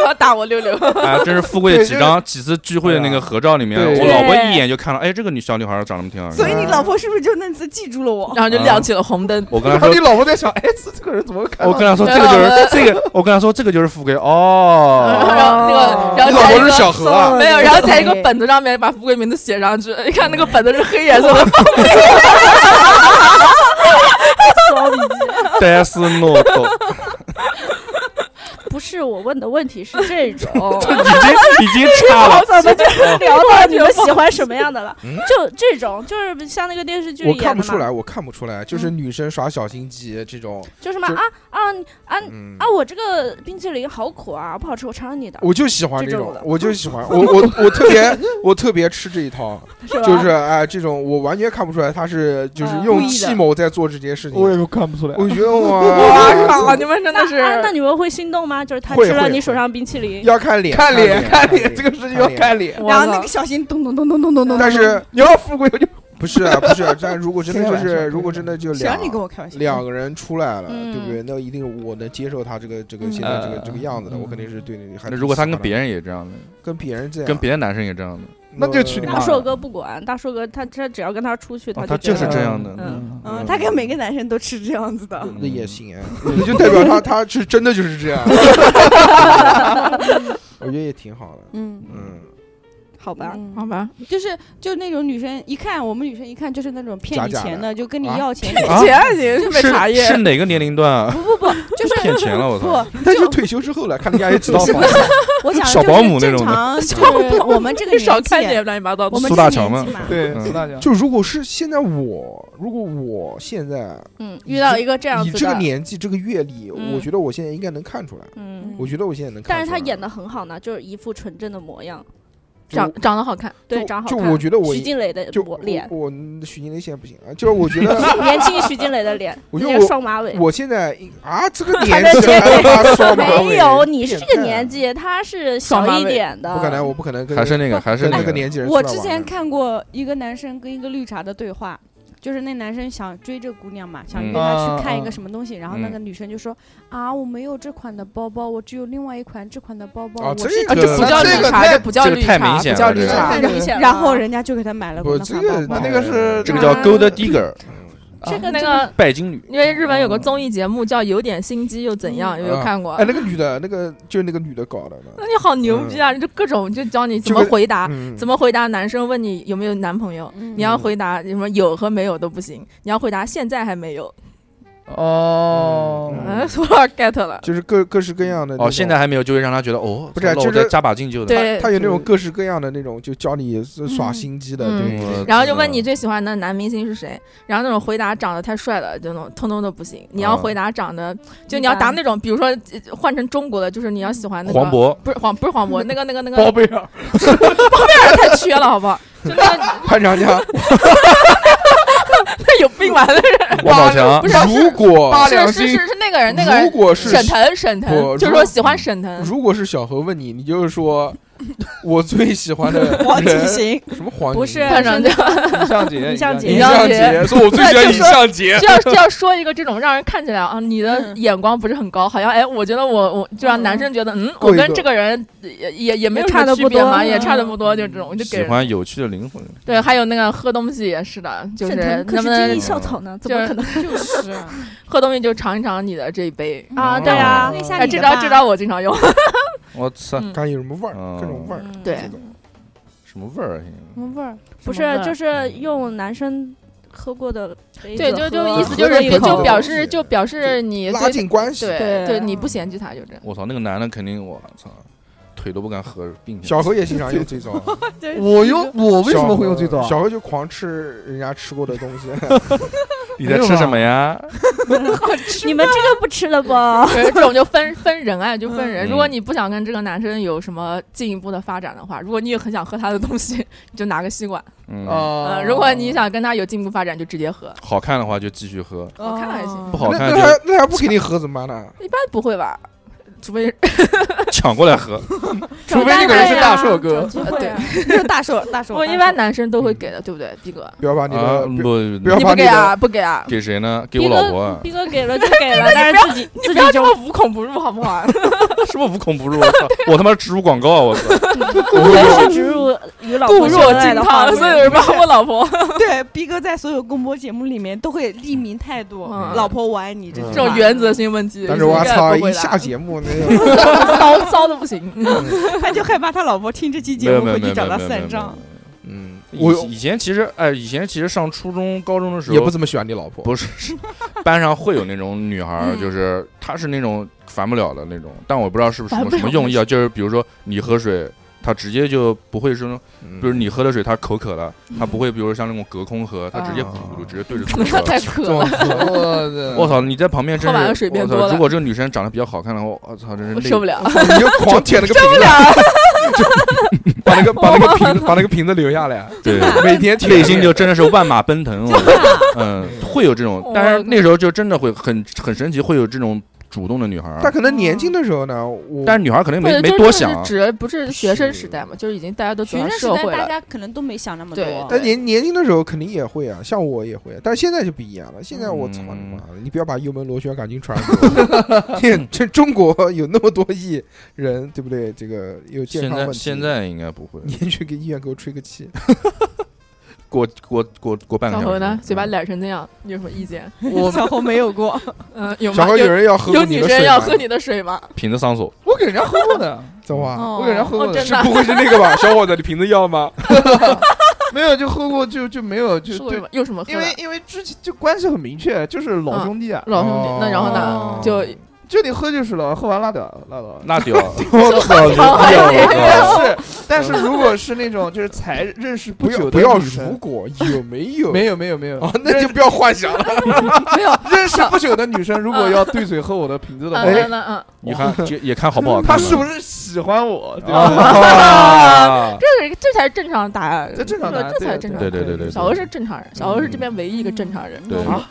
要打我六 六，啊，真是富贵对几就是张几次聚会的那个合照里面，对我老婆一眼就看到，哎，这个女小女孩长得挺好嗯看所以你老婆是不是就那次记住了我？然后就亮起了红灯。我跟然她后 你说，老婆在想，哎，这这个人怎么看到？我跟她说，这个就是这个，我跟她说，这个就是富贵 然哦。后那哦呃个，然你后老在一婆是个小何啊？没有，然后在一个本子上面把富贵名字写上 去，一看那个本子是黑颜色 的，戴斯 诺豆，不是我问的问题是这 种， 已经已经差了 我，怎么就聊到你们喜欢什么样的了嗯？就这种，就是像那个电视剧我一样看不的出嘛，来，我看不出来，就是女生耍小心机这种，就是嘛就啊啊你啊嗯啊！，我这个冰淇淋好苦啊，不好吃，我尝尝你的，我就喜欢这这种种的，我就喜欢，我我我特别我特别吃这一套，是吧？就是哎，这种我完全看不出来他是就是嗯用故意的计谋在做这件事情，也看不出来我觉得我哇，靠，你们真的那啊那是你们会心动吗？就是他会吃了会你手会上冰淇淋，要看脸，看脸看看脸，这个事情要脸。看脸。然后那个小心咚咚咚咚咚咚咚，但是你要富贵，我就不是啊不是啊，但如果真的就 开玩笑开玩是笑如果真的就谁两让你跟我开玩笑？两个人出来了，嗯对不对？那一定是我能接受他这个这个嗯现在这个呃这个样子的，嗯我肯定是对你还那如果他跟别人人也这样的，跟别人这啊样，跟别的男生也这样的，那就去你妈大硕哥不管，大硕哥他他只要跟他出去，哦他他就就觉是得这样的嗯嗯，他跟每个男生都吃这样子的。那也行哎，那就代表他他是真的就是这样，我觉得也挺好的。嗯，嗯，好吧？嗯好 吧？就是就那种女生一看我们女生一看就是那种骗你假假的钱的，就跟你啊要钱，啊前 爱情是被茶是叶是哪个年龄段啊？ 不不不，就是骗钱了我操不，但是退休之后了，看人家也知道是房不是我想小保姆那种的正 常就是我们这个少年纪看，点乱七八糟的我。们苏这大个强嘛年纪嘛，对嗯四大强，就如果是现在我，如果我现在嗯，遇到一个这样以子这个的，年纪、这个阅历，嗯我觉得我现在应该能看出来。嗯，我觉得我现在能看出来但了。是他演的很好呢，就是一副纯正的模样，就长长得好看，对，就长好就看。我觉得我徐静蕾的就模我脸，我许金雷现在不行啊，就是我觉得年轻徐静蕾的脸，我觉人得家我双马尾。我现在应啊这个还年在 纪接还他妈双马没尾有，你是这个年，变纪，他是小一点的。态不可能，我不可能跟还是那个，还是跟那那个个，年纪人出来我玩的。之前看过一个男生跟一个绿茶的对话，就是那男生想追这姑娘嘛，想约嗯啊她去看一啊个什么东西，然后那个女生就说：“啊，我没有这款的包包，我只有另外一款这款的包包。啊，我这是啊，这个不叫那绿这个茶，太这不叫这个绿太茶，明显不叫了绿这个茶太。明显了。然后人家就给他买了不个这款个包包。那个是嗯这个叫 Gold Digger，这个那真个的，拜金女。因为日本有个综艺节目叫《有点心机又怎样》，有没有看过哎？那个女的，那个就是那个女的搞的嘛。那你好牛逼啊！就各种就教你怎么就跟回答，嗯怎么回答男生问你有没有男朋友，嗯你要回答什么有和没有都不行，你要回答现在还没有。哦，嗯嗯， 我 get 了。就是各各式各样的那哦，种现在还没有，就会让他觉得哦，不是啊那就我是再加把劲就能。对他，有那种各式各样的那种，就教你耍心机的嗯对嗯种。然后就问你最喜欢的男明星是谁，然后那种回答长得太帅了，就那种通通都不行。你要啊回答长得，就一你要答般那种，比如说呃换成中国的，就是你要喜欢那个嗯黄 渤，不是黄不是黄渤，那个那个那个包贝 尔，太缺了，好不 好？就那个潘长江，那有病吧？那是王宝强 不，是如果八两是是金是是那个人那个如人果是沈腾沈不腾，就如说喜欢沈腾，如果是小何问你，你就是 说我最喜欢的黄人景行，什么黄不景是 行看上去尹相杰，尹相杰尹尹相相杰杰，说我最喜欢尹相杰。 就要就要说一个这种让人看起来啊，你的眼光不是很高，好像哎，我觉得我我就让男生觉得嗯，够我一跟个这个人也也也没有也差什得么区不别嘛，多也差的不多，嗯就这种就给喜人欢有趣的灵魂，对，还有那个喝东西也是的，就沈是腾可能是不精能益校草呢，怎就么是可能就是啊喝东西就尝一尝你的这一杯？啊？对啊，一下哎，你这的招吧这 招我经常用，嗯我操，嗯看有什么味儿，嗯各种味儿。对这种什么味儿啊？什嗯么味儿？不是什么嗯味儿就是用男生喝过的杯 对，子就喝就意思喝就是了你一口就表东示西就表示你拉对近关系。对对对，你不嫌弃他就这样。我操，那个男的肯定我操，腿都不敢合并起来。小何也经常用这招，我用我为什么会用这小啊招何？小何就狂吃人家吃过的东西，你在吃什么呀？哎你们这个不吃了 吧？对，这种就分分人啊，就分人。嗯如果你不想跟这个男生有什么进一步的发展的话，如果你也很想喝他的东西， 你就拿个吸管。嗯，啊呃，如果你想跟他有进一步发展，就直接喝。好看的话就继续喝，哦好看还行那不好看那还就那还不给你喝怎么办呢？一般不会 吧？除非抢过来喝。除非那个人是大硕哥，机呃会对啊，就是大手大手。我一 般男生都会给的，对不嗯对，逼哥？不要把你啊，的不不不要你把你不给的啊？不给啊？给谁呢？给逼我老哥婆啊。逼哥给了就给了，但是自己你自不要己这就么无孔不入好不好？ 什么无孔不入？我操！我他妈植入广告啊，我操！随时植入与老 固婆若相爱金的话汤，所以有人骂我老婆。 对逼哥在所有公播节目里面都会立明态度，嗯老婆我爱你这嗯句话这种原则性问题，但是我应该操，不会一的下节目那个 骚骚的不行。他就害怕他老婆听这期没节有目没有回没去有找没他有没有算没有账。。嗯，我我以前其实哎，以前其实上初中、高中的时候也不怎么喜欢你老婆。不是， 是班上会有那种女孩嗯儿，就是她是那种烦不了的那种，但我不知道是不是什么烦不什了么用意啊，就是比如说你喝水。她直接就不会说，嗯，比如你喝的水，她口渴了，嗯她不会，比如说像那种隔空喝，她直接啊咕噜咕噜直接 对着那嘴喝。太渴 这么喝了，我操！你在旁边真喝完是了水，变我多操！了如果这个女生长得比较好看的话，我操，真是我累受不了。你就狂舔那个瓶子， 把那个把那个瓶子把那个瓶子留下 来，啊对， 每天舔内心就真的是万马奔腾。我真的啊嗯，会有这种，但是那时候就真的会很很神奇，会有这种主动的女孩儿。他可能年轻的时候呢，我但是女孩儿可能或没者没就多是想，指不是学生时代嘛，就是已经大家都走学上生时社代会大了。家可能都没想那么对多，哎但年年轻的时候肯定也会啊，像我也会，但现在就不一样了。现在我嗯操你妈的，你不要把幽门螺旋杆菌传给 我！这这中国有那么多亿人，对不对？这个有健现康问在题，现在应该不会。你去给医院给我吹个气。过过过过半个小小时，侯呢，嘴巴嗯懒成那样，你有什么意见？我小红没有过， 嗯，有小 吗？何有有人要喝有过你女的生水要吗喝你的水吗？瓶子上锁，我给人家喝过的，走啊！我给人家喝过哦，的真，是的不会是那个吧， 小伙子？你瓶子要吗？没有就喝过就就没有就是对什，么？有什么喝因的嗯为？因为之前就关系很明确，就是老兄弟啊，老兄弟，那然后呢？哦就就你喝就是了，喝完拉倒拉倒。那屌，我操！屌，但是但是如果是那种就是才认识不久要的不要，女如生，果有没有没有没有没有啊，那就不要幻想了。认识不久的女生，如果要对嘴喝我的瓶子的话，嗯嗯嗯，你看这也看好不好她看了？是不是喜哦欢我？对吧？啊？这是这才是正常打，这正常打这才对是正常对打。对对对，小欧是正常人，小欧是这边唯一一个正常人，对啊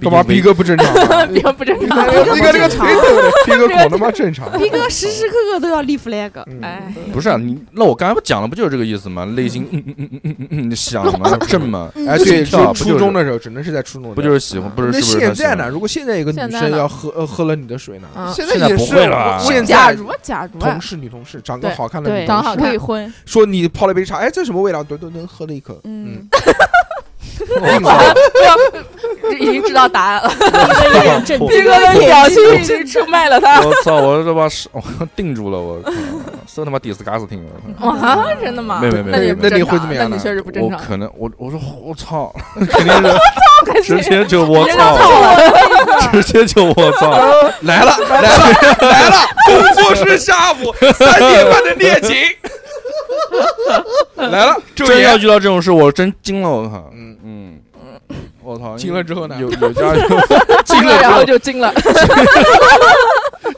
毕干嘛竟逼哥不正常？啊 别人不正常。逼哥这个腿抖的，逼哥狂他妈正常。啊逼哥时时刻刻都要立 flag，嗯哎，不是啊，你那我刚才不讲了，不就是这个意思吗？内心嗯嗯嗯嗯嗯嗯，你想什么正嘛？哎，对，心跳是不初就是中的时候，只能是在初中的时候，嗯不就是喜欢？不是那是不是他现喜欢？在呢？如果现在有个现女在生呢要喝呃喝了你的水呢？嗯，现现在在也不是会了我啊现假在如假如啊同，事女同事长得对好看的女对同长事好看未婚，说你泡了杯茶，哎，这什么味道？都都能喝了一口， 嗯，我操已经知道答案了。一脸震惊。这个的表情已经出卖了 他。我操！我这把手我定住了，我靠搜他妈 disgusting 了。哇，真的吗？没没没那你不那你正常会怎么样那呢你确实不正我常。可能我我说我 操，肯定是直接就我人操， 直接就我 操，来了来了来了，工作室下午三点半的恋 情来了，昼真夜要遇到这种事，我真惊了，我靠，啊嗯，嗯我操，惊了之后呢有有 家人惊了，然后就惊了。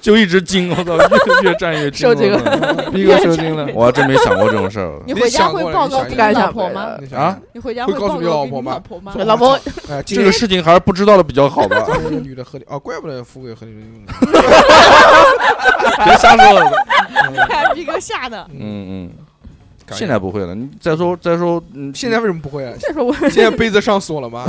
就一直惊，我操，越越战越惊，受这个我操逼哥受惊了。我还真没想过这种事 儿。你回家会报告自你己想过老了婆吗？你想啊，你回家会报告诉告你老给婆吗老婆吗？老婆，哎，今这天个事情还是不知道的比较好吧，今天这个女的喝啊，怪不得富贵和你用的，别瞎说。看逼哥吓的，嗯， 嗯嗯，感现觉在不会了。你再说再说，嗯，现在为什么不会啊？这时候我现在杯子上锁 了吗？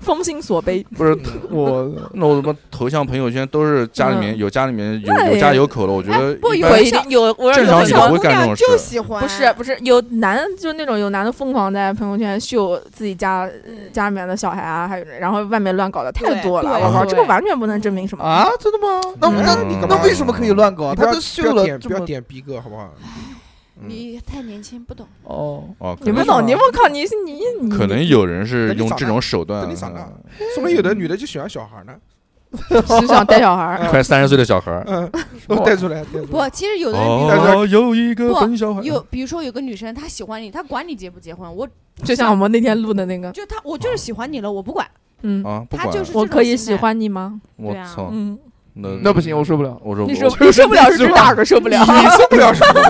封心所悲，不是嗯我那我他妈头像朋友圈都是家里面有家里面有那有也家有口的，我觉得不一有般一定有我正常女的不会干这种就事。喜欢嗯不是不是有男就那种有男的疯狂在朋友圈秀自己家家里面的小孩啊，还有然后外面乱搞的太多了，对我靠，对这个完全不能证明什么。啊，真的吗？那我那嗯那为什么可以乱哦搞？你不他要都不秀要了点这不要么点逼哥好不好？嗯你太年轻不懂，哦，哦，可你们能懂？你们靠你是你你可能有嗯人是用这种手段嗯等你长大，说明有的女的就喜欢小孩呢。是想带小孩儿，哎快三十岁的小孩儿。嗯，我 带出来，带出来。不，其实有的人，比如说哦，有一个嗯不笨小孩。有，比如说有个女生，她喜欢你，她管你结不结婚，我就像我们那天录的那个，就她，我就是喜欢你了，我不管，嗯，啊，不她管就是我这种可以心喜态，欢你吗？我对啊操，嗯，那那不行，我受不了。我说你我受 你受不了是大耳朵受不了，你受不了什么东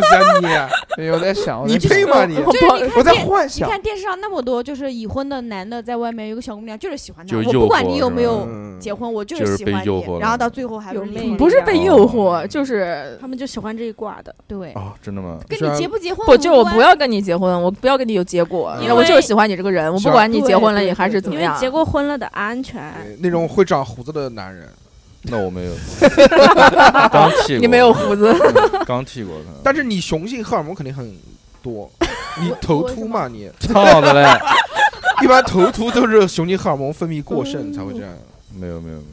西啊 哎呦我在想，我你？你在想配吗你？就是你我看在电，幻你想，看电视上那么多就是已婚的男的在外面有个小姑娘，就是喜欢她，就我诱不管惑你有是没吧有嗯结婚，我就是是喜被欢诱你惑，然了后到最后还有是魅离力啊不是了被诱惑，就是他们就喜欢这一挂的，对，啊，真的吗？跟虽然你结不结婚不就我无不关要跟你结婚，我不要跟你有结果，因为我就是喜欢你这个人，我是不啊管你结婚了对也还是对怎因么为样，结过婚了的安全。呃对那种会长胡子的男人，嗯那我没有，刚剃过，嗯你没有胡 子，刚剃过他，但是你雄性荷尔蒙肯定很 多。你头秃嘛？你操的嘞，一般头秃都是雄性荷尔蒙分泌过剩才会这样。没有没有没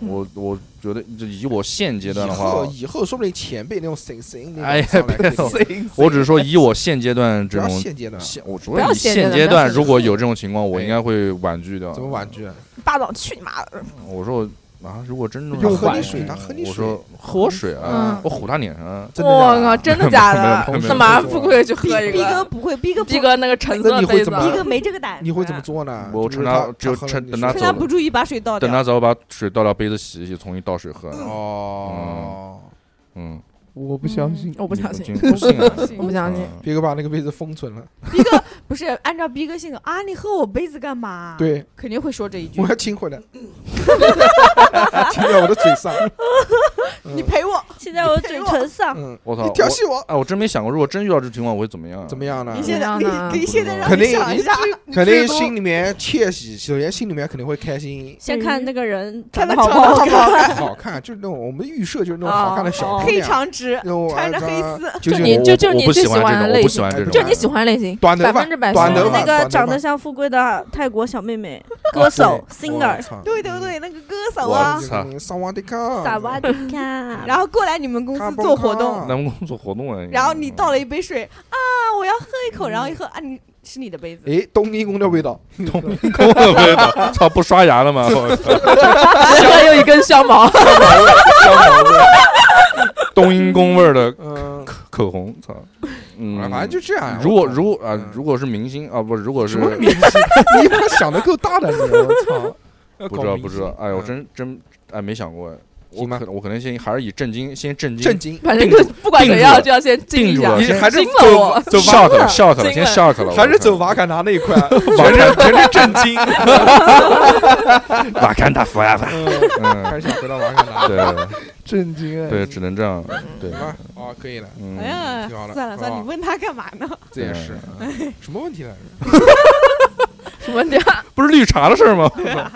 嗯有，我我觉得就以我现阶段以的话后，以后说不定前辈那种神神，哎呀别别我只是哎说以我现阶段不这要种现阶段，现，我不说要以现阶现段阶不要段现阶如段果有这种情况，我应哎该会婉拒掉。怎么婉？啊拒？霸总去你妈的！我说我啊，如果真的用话喝你水他喝你我水说喝我水啊嗯，我虎他脸上。啊真的我假靠，的真的 假没的有没有没？有那马上富贵去喝一逼哥个，不会，逼哥不逼哥那个橙色那的你会杯子怎么，逼哥没这个胆，你会怎么？做呢？我就趁是他他只有喝了趁你等他水趁他走不注意把水倒掉等。他走，我把水倒到杯子洗一洗，重新倒水 喝。嗯哦，嗯，我不相信。我不相信，不信啊， 我不相信。嗯别个把那个杯子封存了。不是按照逼哥性格啊，你喝我杯子干嘛？，对，肯定会说这一句我。要亲回来，亲在我的嘴上。你陪我，现在我嘴唇上，，嗯，我操！你调我戏我哎，我真没想过，如果真遇到这情况，我会怎么样？啊怎么？样呢你？现在怎么你样呢你现在让肯你定想一下，肯定心里面窃喜，首先心里面肯定会开心 先看那个人看长他得长好得不好好不好看，好看，就是那种我们预设就是那种好看的小姑黑娘，长直， 那种穿着黑啊丝，就就我你就就我是你不最喜喜欢欢这的种，我类不喜型欢这种，就就你喜欢类型，短头百发分之百喜短欢 头发那个长得像富贵的泰国小妹妹，啊歌啊手 singer，对对对，那个歌手哇。啊萨瓦迪卡，萨瓦迪卡，然后过来你们公卡司蹦做卡活动，咱们工作活动啊。 然后你倒了一杯水啊，我要喝一口，然后一喝啊，你是你的杯子。哎，冬阴功的味道，够了味道，操，不刷牙了吗？ 我操身上有一根香毛，香茅味。冬阴功味儿的嗯，口红，操，嗯，反正就这样。如果我操如果啊嗯，如果是明星啊，不，如果是什么明星，你他妈想的够大的，你我操！要 不搞知道明不知道星，哎呦，嗯真真哎没想过哎，我行吧可能我可能先还是以震惊先震惊震惊，反正就不管怎样就要先静定一住下了，。你还是惊了走我走瓦 shock 了 shock 了，惊先了 shock 了，还是我靠走瓦坎达那一块，瓦全是全是 震惊。瓦坎达福呀吧，嗯，嗯，还是想回到瓦 坎达。对 震惊哎！对，只能这样，对，行吧，哦，可以了，哎嗯，呀挺好的，算了算了，好你问他干嘛呢？这也是什么问题来 着？什么的，不是绿茶的事儿吗？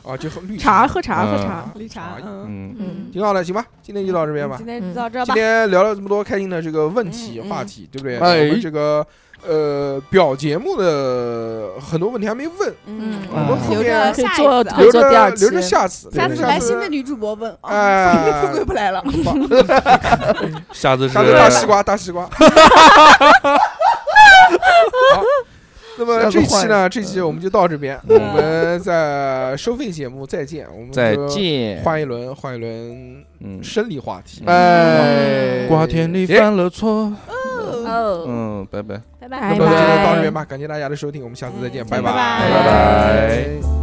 啊，就喝绿啊茶喝茶喝嗯茶，绿茶，嗯，嗯，嗯，挺好的，行吧，今天就到这边吧今。天就到这吧今。天聊了这么多开心的这个问题、嗯嗯话题，对不对？哎我们这个呃表节目的很多问题还没问，嗯，我们后留面着可以下一次做啊可以留做第着二期留，着下次，下对次来新的女主播问，哦 哎富贵不来了，下次是下次大西瓜，大西 瓜。好，那么下次这换期呢，这期我们就到这边，我嗯们在收费节目再见，我们再就见，换一轮，换一轮嗯，生理话题。嗯哎，瓜田里耶犯了错，哦，嗯，拜拜。拜拜那么就拜到这边吧，感谢大家的收听，我们下次再见，嗯拜拜拜拜拜。